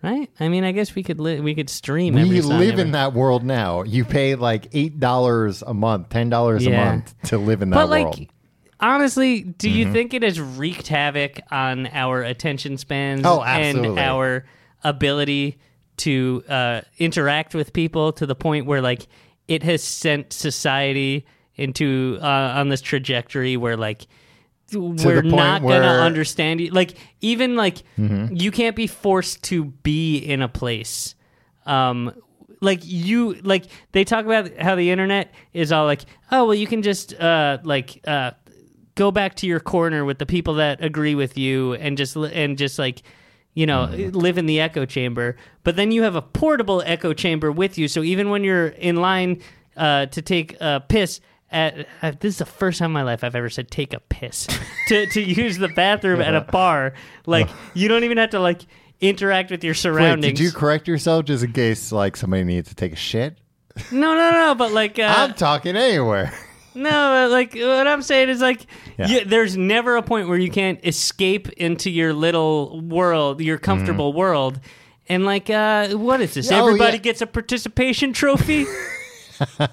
Speaker 3: right? I mean, I guess we could li- we could stream.
Speaker 2: We
Speaker 3: every song
Speaker 2: live
Speaker 3: ever.
Speaker 2: in that world now. You pay like $8 a month, $10 a
Speaker 3: Yeah.
Speaker 2: month to live in that
Speaker 3: But like,
Speaker 2: world. Mm-hmm.
Speaker 3: honestly, do you think it has wreaked havoc on our attention spans
Speaker 2: Oh,
Speaker 3: and
Speaker 2: absolutely.
Speaker 3: our ability to uh, interact with people to the point where like it has sent society into uh, on this trajectory where like we're
Speaker 2: point
Speaker 3: not
Speaker 2: where- Mm-hmm.
Speaker 3: gonna understand you like even like you can't be forced to be in a place um like you like they talk about how the internet is all like oh well you can just uh like uh go back to your corner with the people that agree with you and just li- and just like you know
Speaker 2: Mm-hmm.
Speaker 3: live in the echo chamber but then you have a portable echo chamber with you so even when you're in line uh to take a piss at, uh, this is the first time in my life I've ever said take a piss to to use the bathroom at a bar. Like you don't even have to like interact with your
Speaker 2: Wait,
Speaker 3: surroundings.
Speaker 2: did you correct yourself just in case like somebody needs to take a shit?
Speaker 3: No, no, no. But like, uh,
Speaker 2: I'm talking anywhere.
Speaker 3: no, but, like what I'm saying is like,
Speaker 2: Yeah.
Speaker 3: you, there's never a point where you can't escape into your little world, your comfortable world. And like, uh, what is this?
Speaker 2: Oh,
Speaker 3: Everybody
Speaker 2: yeah.
Speaker 3: gets a participation trophy.
Speaker 2: You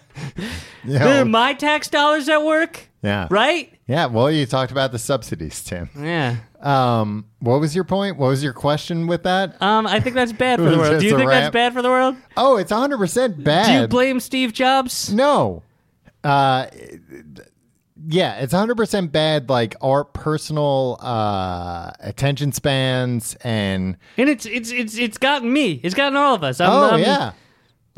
Speaker 2: know?
Speaker 3: They're my tax dollars at work,
Speaker 2: yeah.
Speaker 3: right?
Speaker 2: Yeah. Well, you talked about the subsidies, Tim.
Speaker 3: Yeah.
Speaker 2: Um, what was your point? What was your question with that?
Speaker 3: Um, I think that's bad for
Speaker 2: It
Speaker 3: the
Speaker 2: was
Speaker 3: world. Do
Speaker 2: just
Speaker 3: you
Speaker 2: a
Speaker 3: think that's
Speaker 2: rant.
Speaker 3: bad for the world?
Speaker 2: Oh, it's 100%
Speaker 3: Do
Speaker 2: bad.
Speaker 3: you blame Steve Jobs?
Speaker 2: no. Uh, yeah, it's 100% bad. Like our personal uh, attention spans and.
Speaker 3: And it's it's it's it's gotten me. It's gotten all of us. I'm,
Speaker 2: oh,
Speaker 3: I'm-
Speaker 2: yeah.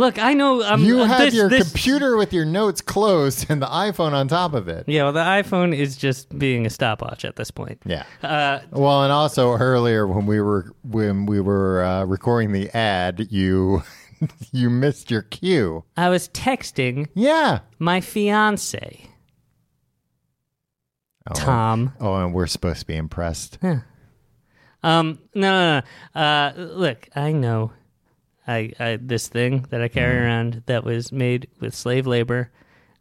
Speaker 3: Look, I know. I'm,
Speaker 2: You
Speaker 3: uh,
Speaker 2: have
Speaker 3: this,
Speaker 2: your
Speaker 3: this,
Speaker 2: computer with your notes closed and the iPhone on top of it.
Speaker 3: Yeah, well, the iPhone is just being a stopwatch at this point.
Speaker 2: Yeah.
Speaker 3: Uh,
Speaker 2: Well, and also earlier when we were when we were uh, recording the ad, you you missed your cue.
Speaker 3: I was texting
Speaker 2: Yeah.
Speaker 3: my fiance,
Speaker 2: Oh,
Speaker 3: Tom.
Speaker 2: Oh, and we're supposed to be impressed.
Speaker 3: Um, no, no, no. Uh, look, I know. I, I this thing that I
Speaker 2: Mm-hmm.
Speaker 3: carry around that was made with slave labor,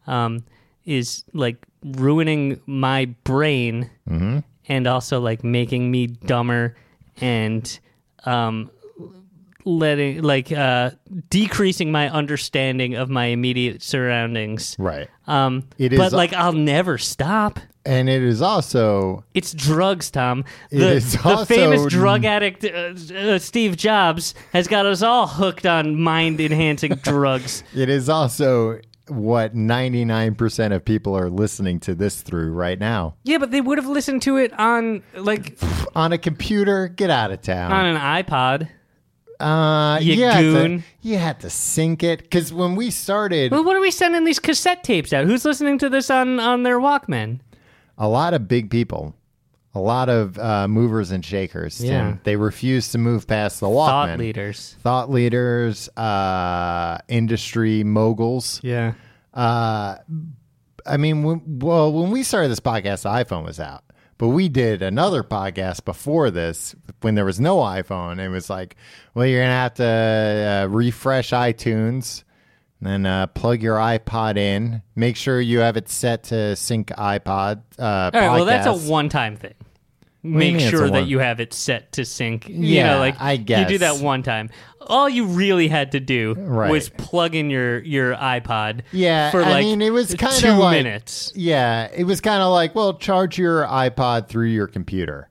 Speaker 3: um, is like ruining my brain
Speaker 2: Mm-hmm.
Speaker 3: and also like making me dumber and um letting like uh decreasing my understanding of my immediate surroundings
Speaker 2: Right.
Speaker 3: um
Speaker 2: It
Speaker 3: but
Speaker 2: is-
Speaker 3: like i'll never stop
Speaker 2: And it is also
Speaker 3: it's drugs, Tom.
Speaker 2: It
Speaker 3: The,
Speaker 2: is
Speaker 3: the
Speaker 2: also-
Speaker 3: famous drug addict uh, uh, Steve Jobs has got us all hooked on mind enhancing drugs.
Speaker 2: it is also what 99% of people are listening to this through right now.
Speaker 3: Yeah, but they would have listened to it on like
Speaker 2: On a computer, get out of town.
Speaker 3: on an iPod.
Speaker 2: Uh,
Speaker 3: You
Speaker 2: yeah,
Speaker 3: goon.
Speaker 2: you had to sync it because when we started,
Speaker 3: Well, what are we sending these cassette tapes out? Who's listening to this on on their Walkman?
Speaker 2: a lot of big people, a lot of uh, movers and shakers. Tim.
Speaker 3: Yeah.
Speaker 2: they refused to move past the Walkman.
Speaker 3: Thought leaders.
Speaker 2: thought leaders, uh, industry moguls.
Speaker 3: Yeah.
Speaker 2: I mean, when, well, when we started this podcast, the iPhone was out, but we did another podcast before this when there was no iPhone. And it was like, well, you're gonna have to uh, refresh iTunes, and then uh, plug your iPod in. Make sure you have it set to sync iPod. Uh,
Speaker 3: All right. Well, that's
Speaker 2: podcasts.
Speaker 3: a one-time thing.
Speaker 2: do you
Speaker 3: Make
Speaker 2: mean it's a
Speaker 3: sure that
Speaker 2: one-
Speaker 3: you have it set to sync. You
Speaker 2: Yeah,
Speaker 3: know, like
Speaker 2: I
Speaker 3: you do
Speaker 2: guess.
Speaker 3: that one time. All you really had to do
Speaker 2: Right.
Speaker 3: was plug in your your iPod.
Speaker 2: Yeah,
Speaker 3: for
Speaker 2: I
Speaker 3: like
Speaker 2: mean, it was kinda
Speaker 3: two
Speaker 2: like-
Speaker 3: minutes.
Speaker 2: Yeah, it was kind of like, well, charge your iPod through your computer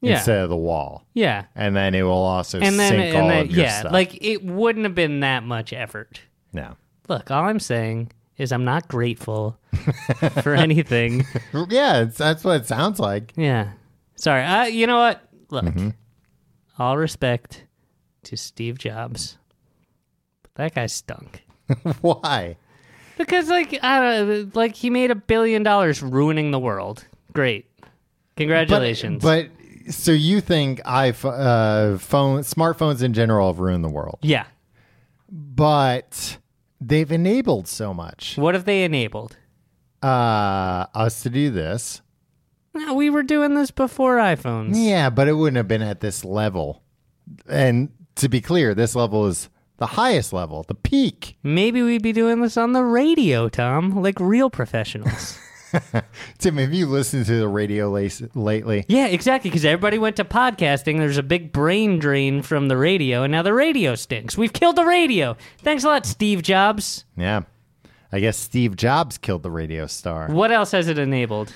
Speaker 3: Yeah,
Speaker 2: instead of the wall,
Speaker 3: yeah,
Speaker 2: and then it will also
Speaker 3: and then
Speaker 2: sync all
Speaker 3: and then
Speaker 2: of your
Speaker 3: yeah,
Speaker 2: stuff.
Speaker 3: like it wouldn't have been that much effort.
Speaker 2: no,
Speaker 3: Look, all I'm saying is I'm not grateful for anything.
Speaker 2: yeah, it's, that's what it sounds like.
Speaker 3: Yeah. Sorry. I, you know what? Look,
Speaker 2: Mm-hmm.
Speaker 3: all respect to Steve Jobs. But that guy stunk.
Speaker 2: Why?
Speaker 3: Because, like, I don't like he made a billion dollars ruining the world. Great. Congratulations.
Speaker 2: But, but so you think iPhone, uh, phone, smartphones in general have ruined the world?
Speaker 3: yeah.
Speaker 2: But they've enabled so much
Speaker 3: What have they enabled?
Speaker 2: uh, us to do this.
Speaker 3: No, we were doing this before iPhones.
Speaker 2: Yeah, but it wouldn't have been at this level. And to be clear, this level is the highest level, the peak.
Speaker 3: Maybe we'd be doing this on the radio, Tom, like real professionals.
Speaker 2: Tim, have you listened to the radio lace- lately?
Speaker 3: yeah, exactly. Because everybody went to podcasting. There's a big brain drain from the radio, and now the radio stinks. We've killed the radio. Thanks a lot, Steve Jobs.
Speaker 2: Yeah. I guess Steve Jobs killed the radio star.
Speaker 3: What else has it enabled?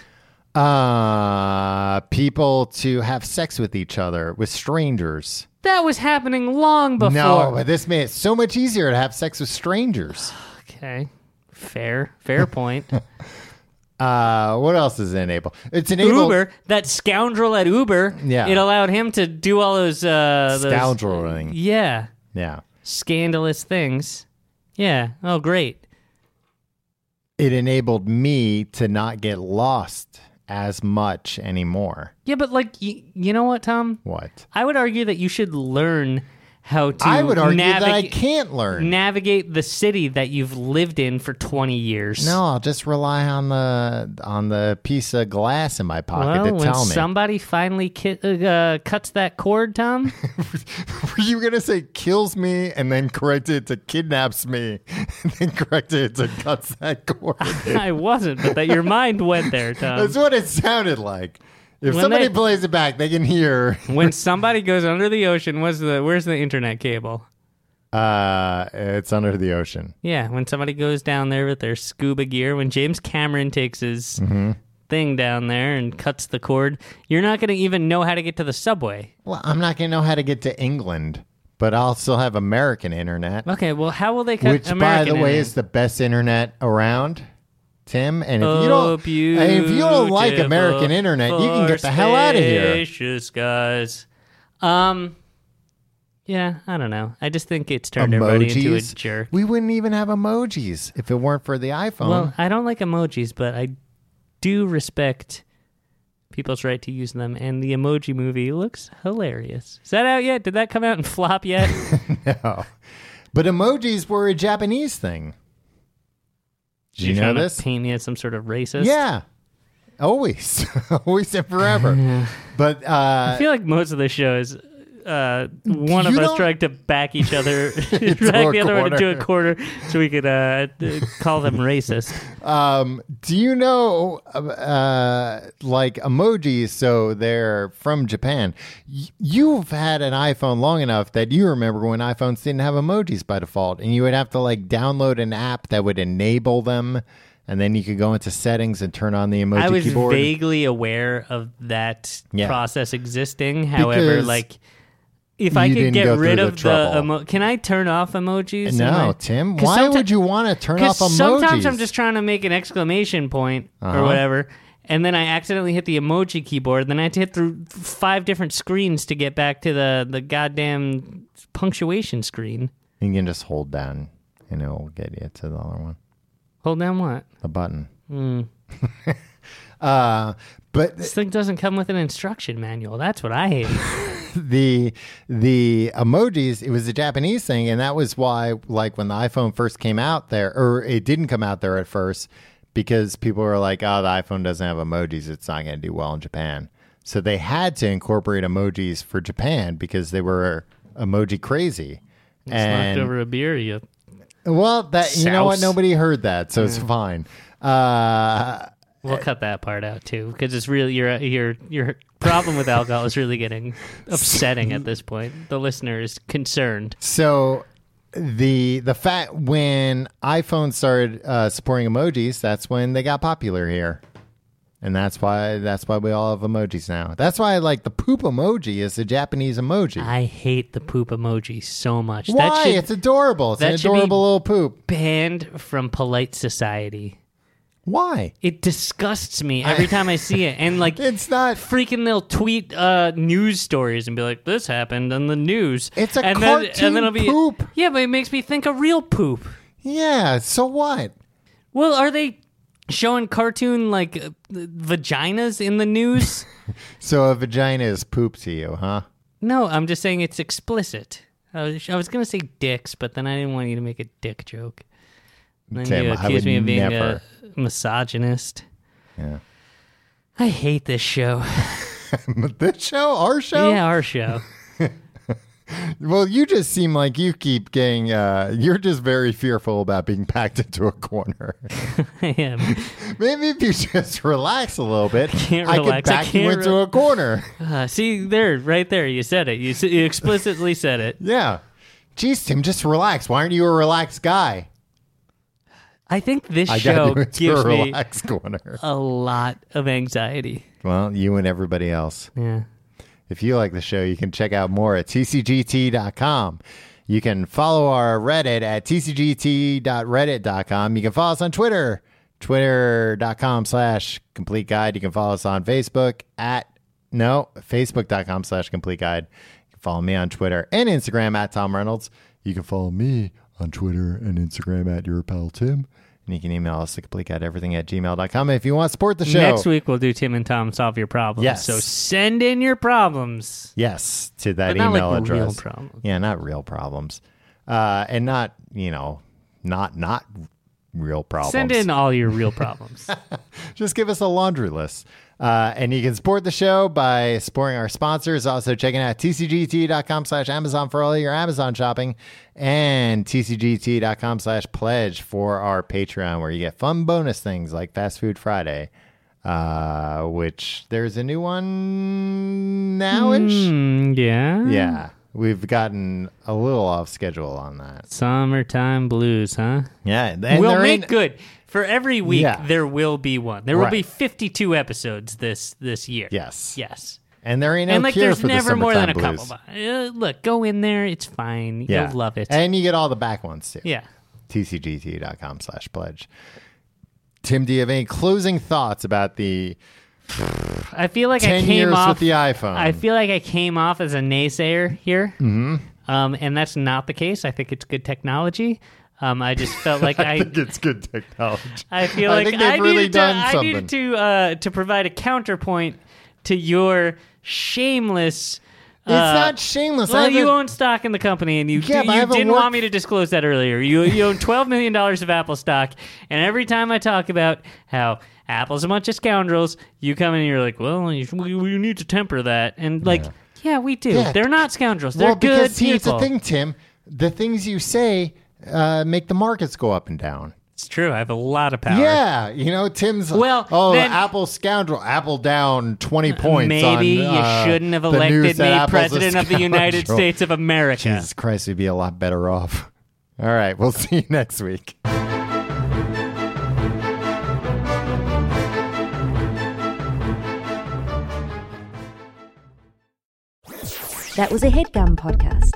Speaker 2: Uh, people to have sex with each other, with strangers.
Speaker 3: That was happening long before.
Speaker 2: No, but this made it so much easier to have sex with strangers.
Speaker 3: Okay. Fair. Fair point.
Speaker 2: Uh, what else is it enable? It's enabled.
Speaker 3: Uber, that scoundrel at Uber,
Speaker 2: Yeah.
Speaker 3: it allowed him to do all those. Uh, those-
Speaker 2: Scoundreling.
Speaker 3: yeah.
Speaker 2: Yeah.
Speaker 3: Scandalous things. Yeah. Oh, great.
Speaker 2: It enabled me to not get lost as much anymore.
Speaker 3: Yeah, but like, y- you know what, Tom?
Speaker 2: What?
Speaker 3: I would argue that you should learn how to.
Speaker 2: I would argue that I
Speaker 3: navig-
Speaker 2: can't learn.
Speaker 3: Navigate the city that you've lived in for 20 years.
Speaker 2: no, I'll just rely on the on the piece of glass in my pocket
Speaker 3: Well,
Speaker 2: to
Speaker 3: when
Speaker 2: tell me.
Speaker 3: somebody finally ki- uh, uh, cuts that cord, Tom,
Speaker 2: Were you gonna say kills me and then corrected it to kidnaps me and then corrected it to cuts that cord?
Speaker 3: I wasn't, but that your mind went there, Tom.
Speaker 2: That's what it sounded like. If
Speaker 3: When
Speaker 2: somebody
Speaker 3: they-
Speaker 2: plays it back, they can hear.
Speaker 3: when somebody goes under the ocean, what's the where's the internet cable?
Speaker 2: Uh, it's under the ocean.
Speaker 3: Yeah, when somebody goes down there with their scuba gear, when James Cameron takes his
Speaker 2: Mm-hmm.
Speaker 3: thing down there and cuts the cord, you're not going to even know how to get to the subway.
Speaker 2: Well, I'm not gonna know how to get to England, but I'll still have American internet,
Speaker 3: Okay, well, how will they cut
Speaker 2: which, by
Speaker 3: American
Speaker 2: the way,
Speaker 3: internet?
Speaker 2: is the best internet around. Tim, and if you don't,
Speaker 3: Oh,
Speaker 2: and if you don't like American
Speaker 3: beautiful
Speaker 2: internet, you can get the
Speaker 3: for
Speaker 2: hell out of here.
Speaker 3: spacious skies. Um, yeah, I don't know. I just think it's turned everybody into a
Speaker 2: Emojis.
Speaker 3: jerk.
Speaker 2: We wouldn't even have emojis if it weren't for the iPhone.
Speaker 3: Well, I don't like emojis, but I do respect people's right to use them. And the emoji movie looks hilarious. Is that out yet? Did that come out and flop yet?
Speaker 2: but emojis were a Japanese thing. Did you
Speaker 3: You're
Speaker 2: know
Speaker 3: trying to
Speaker 2: this?
Speaker 3: Paint me as some sort of racist.
Speaker 2: Yeah. Always. Always and forever. but uh
Speaker 3: I feel like most of the show is uh, one of
Speaker 2: You
Speaker 3: us
Speaker 2: don't-
Speaker 3: trying to back each other, drag
Speaker 2: a
Speaker 3: the other one into a
Speaker 2: corner.
Speaker 3: quarter so we could uh, uh, call them racist.
Speaker 2: um do you know uh, uh like emojis so they're from Japan. Y- you've had an iPhone long enough that you remember when iPhones didn't have emojis by default and you would have to like download an app that would enable them and then you could go into settings and turn on the emoji
Speaker 3: I was
Speaker 2: keyboard.
Speaker 3: vaguely aware of that
Speaker 2: Yeah.
Speaker 3: process existing. However,
Speaker 2: Because
Speaker 3: like if I
Speaker 2: you
Speaker 3: could
Speaker 2: didn't
Speaker 3: get
Speaker 2: go through
Speaker 3: rid
Speaker 2: the
Speaker 3: of the,
Speaker 2: trouble.
Speaker 3: emo- can I turn off emojis? in
Speaker 2: No,
Speaker 3: my-
Speaker 2: Tim.
Speaker 3: 'Cause
Speaker 2: Why
Speaker 3: someti-
Speaker 2: would you want to turn
Speaker 3: 'cause
Speaker 2: off emojis? Uh-huh.
Speaker 3: Sometimes I'm just trying to make an exclamation point or whatever, and then I accidentally hit the emoji keyboard. Then I had to hit through five different screens to get back to the the goddamn punctuation screen.
Speaker 2: You can just hold down and it'll get you to the other one.
Speaker 3: Hold down what?
Speaker 2: The button.
Speaker 3: Hmm.
Speaker 2: uh, but
Speaker 3: This thing doesn't come with an instruction manual. That's what I hate.
Speaker 2: the the emojis it was a japanese thing and that was why like when the iphone first came out there or it didn't come out there at first because people were like oh the iphone doesn't have emojis it's not going to do well in japan so they had to incorporate emojis for japan because they were emoji crazy
Speaker 3: Knocked
Speaker 2: and
Speaker 3: over a beer, you
Speaker 2: well that you know what
Speaker 3: Souse.
Speaker 2: nobody heard that so it's fine uh
Speaker 3: We'll cut that part out too, because it's really your your your problem with alcohol is really getting upsetting at this point. The listener is concerned.
Speaker 2: So the the fact when iPhone started uh, supporting emojis, that's when they got popular here, and that's why that's why we all have emojis now. That's why like the poop emoji is the Japanese emoji.
Speaker 3: I hate the poop emoji so much. That
Speaker 2: why?
Speaker 3: should
Speaker 2: it's adorable. It's an
Speaker 3: that should be-
Speaker 2: adorable little poop.
Speaker 3: banned from polite society.
Speaker 2: Why?
Speaker 3: It disgusts me every time I see it, and like
Speaker 2: It's not.
Speaker 3: freaking they'll tweet uh, news stories and be like, "This happened on the news."
Speaker 2: It's a
Speaker 3: and
Speaker 2: cartoon poop.
Speaker 3: Yeah, but it makes me think of real poop.
Speaker 2: Yeah. So what?
Speaker 3: Well, are they showing cartoon like uh, vaginas in the news?
Speaker 2: So a vagina is poop to you, huh?
Speaker 3: no, I'm just saying it's explicit. I was, I was gonna say dicks, but then I didn't want you to make a dick joke. And Then
Speaker 2: Tim,
Speaker 3: you
Speaker 2: I would
Speaker 3: accuse me of being
Speaker 2: never.
Speaker 3: a misogynist.
Speaker 2: Yeah.
Speaker 3: I hate this show.
Speaker 2: But this show, our show.
Speaker 3: Yeah, our show.
Speaker 2: Well, you just seem like you keep getting. Uh, you're just very fearful about being packed into a corner.
Speaker 3: I am.
Speaker 2: Maybe if you just relax a little bit, I,
Speaker 3: can't
Speaker 2: could
Speaker 3: relax. I
Speaker 2: back you
Speaker 3: can't
Speaker 2: into
Speaker 3: re-
Speaker 2: a corner.
Speaker 3: Uh, see, there, right there, you said it. You, s- you explicitly said it.
Speaker 2: Yeah. Jeez, Tim, just relax. Why aren't you a relaxed guy?
Speaker 3: I think this
Speaker 2: I
Speaker 3: show
Speaker 2: got you into a
Speaker 3: gives me
Speaker 2: relaxed corner.
Speaker 3: a lot of anxiety.
Speaker 2: Well, you and everybody else.
Speaker 3: Yeah.
Speaker 2: If you like the show, you can check out more at tcgt.com. You can follow our Reddit at tcgt.reddit.com. You can follow us on Twitter, twitter.com slash complete guide. You can follow us on Facebook at, no, facebook.com slash complete guide. You can follow me on Twitter and Instagram at Tom Reynolds. You can follow me on Twitter and Instagram at your pal Tim. And you can email us at complete guide everything at gmail.com. If you want to support the show,
Speaker 3: Next week, we'll do Tim and Tom solve your problems.
Speaker 2: Yes.
Speaker 3: So send in your problems.
Speaker 2: Yes, to that
Speaker 3: But not,
Speaker 2: email
Speaker 3: like, real
Speaker 2: address.
Speaker 3: problems.
Speaker 2: Yeah, not real problems, uh, and not you know, not not real problems.
Speaker 3: Send in all your real problems.
Speaker 2: Just give us a laundry list, uh, and you can support the show by supporting our sponsors. Also, checking out tcgt.com/amazon for all your Amazon shopping, and tcgt.com/pledge for our Patreon, where you get fun bonus things like Fast Food Friday. Uh, which there's a new one nowish.
Speaker 3: Hmm, yeah.
Speaker 2: Yeah, we've gotten a little off schedule on that.
Speaker 3: Summertime blues, huh?
Speaker 2: Yeah, and
Speaker 3: we'll
Speaker 2: there
Speaker 3: make
Speaker 2: ain't-
Speaker 3: good. For every week,
Speaker 2: Yeah.
Speaker 3: there will be one. There will be
Speaker 2: Right.
Speaker 3: 52 episodes this this year.
Speaker 2: Yes.
Speaker 3: Yes.
Speaker 2: and there ain't no
Speaker 3: and like,
Speaker 2: cure
Speaker 3: there's
Speaker 2: for the
Speaker 3: never more than a
Speaker 2: summertime
Speaker 3: couple.
Speaker 2: blues.
Speaker 3: Uh, look, go in there. It's fine.
Speaker 2: Yeah,
Speaker 3: You'll love it.
Speaker 2: and you get all the back ones too.
Speaker 3: yeah.
Speaker 2: tcgt.com slash pledge. Tim, do you have any closing thoughts about the
Speaker 3: I feel like I
Speaker 2: ten
Speaker 3: came
Speaker 2: years
Speaker 3: off.
Speaker 2: with the iPhone?
Speaker 3: I feel like I came off as a naysayer here,
Speaker 2: Mm-hmm.
Speaker 3: um, and that's not the case. I think it's good technology. Um, I just felt like I.
Speaker 2: think it's good technology.
Speaker 3: I feel
Speaker 2: I
Speaker 3: like
Speaker 2: think they've
Speaker 3: I
Speaker 2: really
Speaker 3: needed
Speaker 2: done
Speaker 3: to, I needed to uh, to provide a counterpoint to your shameless.
Speaker 2: it's not shameless. I
Speaker 3: Uh, Well, you
Speaker 2: haven't-
Speaker 3: own stock in the company, and you,
Speaker 2: Yeah, but I
Speaker 3: you
Speaker 2: haven't
Speaker 3: didn't
Speaker 2: worked-
Speaker 3: want me to disclose that earlier. You, you own twelve million dollars of Apple stock, and every time I talk about how Apple's a bunch of scoundrels, you come in and you're like, "Well, you, we, we need to temper that," and like, yeah, we do.
Speaker 2: Yeah.
Speaker 3: They're not scoundrels. They're
Speaker 2: well,
Speaker 3: good
Speaker 2: because
Speaker 3: people.
Speaker 2: here's the thing, Tim. The things you say uh, make the markets go up and down.
Speaker 3: It's true. I have a lot of power.
Speaker 2: Yeah, you know Tim's.
Speaker 3: Well,
Speaker 2: oh,
Speaker 3: then-
Speaker 2: Apple scoundrel, Apple down twenty points.
Speaker 3: Maybe
Speaker 2: on,
Speaker 3: you
Speaker 2: uh,
Speaker 3: shouldn't have
Speaker 2: the news
Speaker 3: elected
Speaker 2: that
Speaker 3: me
Speaker 2: Apple's a
Speaker 3: president of the United
Speaker 2: scoundrel.
Speaker 3: States of America.
Speaker 2: Jesus Christ, we'd be a lot better off. All right, we'll see you next week.
Speaker 7: That was a headgum podcast.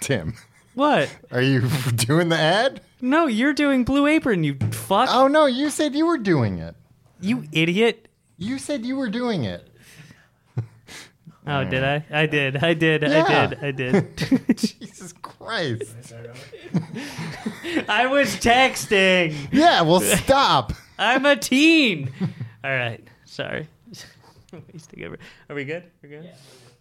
Speaker 2: Tim.
Speaker 3: What?
Speaker 2: Are you doing the ad?
Speaker 3: No, you're doing Blue Apron, you fuck.
Speaker 2: Oh no, you said you were doing it.
Speaker 3: You idiot.
Speaker 2: You said you were doing it.
Speaker 3: Oh, did I? I did. I did.
Speaker 2: Mm. Yeah.
Speaker 3: I did. I did.
Speaker 2: Jesus Christ.
Speaker 3: I was texting.
Speaker 2: Yeah, well stop.
Speaker 3: I'm a teen. All right. Sorry. Wasting every- Are we good? We're good?